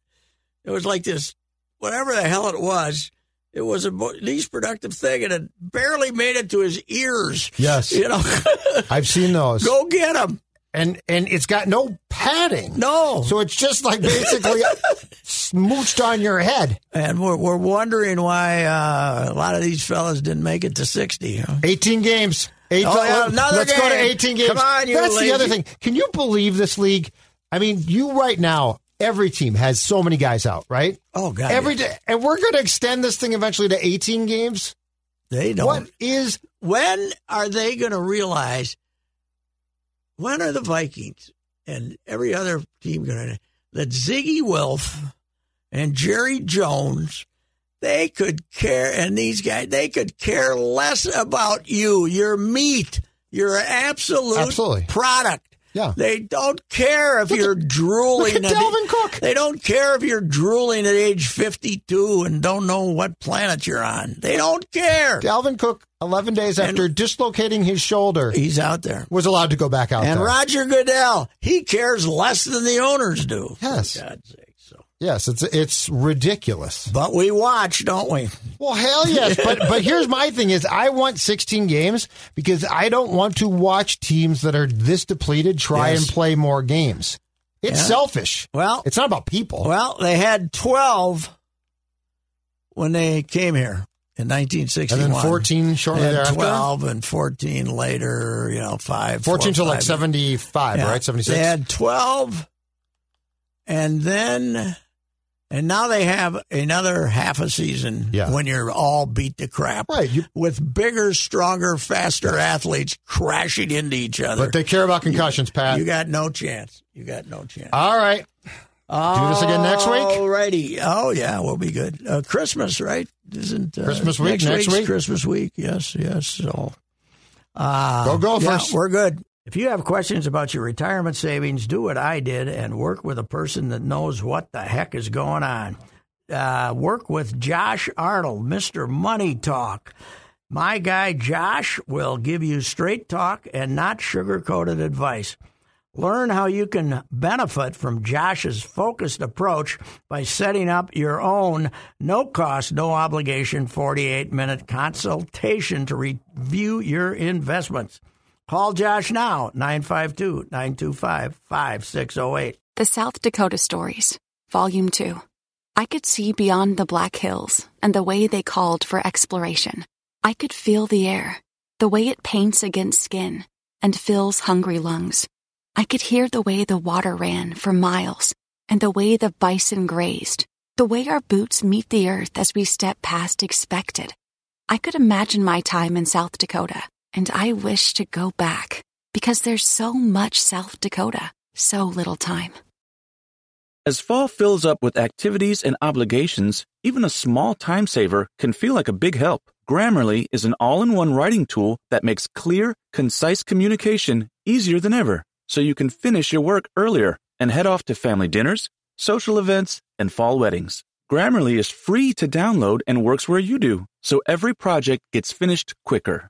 S1: It was like this whatever the hell it was. It was the mo- least productive thing, and it barely made it to his ears.
S4: Yes.
S1: You know, (laughs)
S4: I've seen those.
S1: go get him.
S4: And and it's got no padding.
S1: No.
S4: So it's just
S1: (laughs)
S4: like basically smooched on your head.
S1: and we're, we're wondering why uh, a lot of these fellas didn't make it to 60. Huh?
S4: 18 games. Eight
S1: Oh, yeah, another
S4: let's go to
S1: game.
S4: 18 games.
S1: Come on, you
S4: That's
S1: lazy-
S4: the other thing. Can you believe this league? I mean, you right now, every team has so many guys out, right?
S1: Oh, God.
S4: Every
S1: yeah.
S4: day, and we're going to extend this thing eventually to 18 games.
S1: They don't.
S4: What is
S1: When are they going to realize? When are the Vikings and every other team going to that Ziggy Wilf and Jerry Jones? They could care, and these guys, they could care less about you. You're meat. You're an absolute
S4: Absolutely.
S1: product.
S4: Yeah.
S1: They don't care if you're drooling.
S4: look at
S1: at the-
S4: Dalvin Cook.
S1: They don't care if you're drooling at age 52 and don't know what planet you're on. They don't care.
S4: Dalvin Cook 11 days after dislocating his shoulder
S1: He's out there.
S4: was allowed to go back out
S1: and
S4: there?
S1: Roger Goodell, he cares less than the owners do.
S4: Yes.
S1: For God's sake. So.
S4: Yes, it's it's ridiculous.
S1: But we watch, don't we?
S4: Well, hell yes, but but here's my thing: is I want 16 games because I don't want to watch teams that are this depleted try
S1: Yes.
S4: and play more games. It's
S1: Yeah.
S4: selfish.
S1: Well-
S4: it's not about people.
S1: Well, they had 12 when they came here in 1961.
S4: And then 14 shortly
S1: They had
S4: thereafter?
S1: 12 and 14 later, you know, 5.
S4: 14
S1: four,
S4: to like
S1: five.
S4: 75,
S1: Yeah.
S4: right? 76.
S1: They had 12 and then and now they have another half a season
S4: Yeah.
S1: when you're all beat to crap
S4: Right, you-
S1: with bigger, stronger, faster athletes crashing into each other.
S4: but they care about concussions, Pat.
S1: you got no chance. You got no chance.
S4: All right. do this again next week?
S1: Alrighty. Oh yeah, we'll be good. Uh, Christmas, right? Isn't uh,
S4: Christmas week,
S1: Next,
S4: next
S1: week's
S4: week?
S1: Christmas week. Yes, yes. So uh,
S4: Go
S1: yeah,
S4: Gophers.
S1: we're good. If you have questions about your retirement savings, do what I did and work with a person that knows what the heck is going on. Uh, work with Josh Arnold, Mr. Money Talk. My guy Josh will give you straight talk and not sugar coated advice. Learn how you can benefit from Josh's focused approach by setting up your own no cost, no obligation 48 minute consultation to review your investments. Call Josh now, 952 925 5608.
S6: The South Dakota Stories, Volume 2. I could see beyond the Black Hills and the way they called for exploration. I could feel the air, the way it paints against skin and fills hungry lungs. I could hear the way the water ran for miles and the way the bison grazed, the way our boots meet the earth as we step past expected. I could imagine my time in South Dakota, and I wish to go back because there's so much South Dakota, so little time.
S7: As fall fills up with activities and obligations, even a small time saver can feel like a big help. Grammarly is an all in one writing tool that makes clear, concise communication easier than ever, so you can finish your work earlier and head off to family dinners, social events, and fall weddings. Grammarly is free to download and works where you do, so every project gets finished quicker.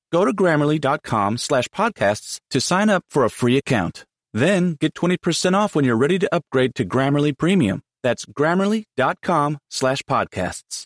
S7: Go to grammarly.com slash podcasts to sign up for a free account. Then get 20% off when you're ready to upgrade to Grammarly Premium. That's grammarly.com slash podcasts.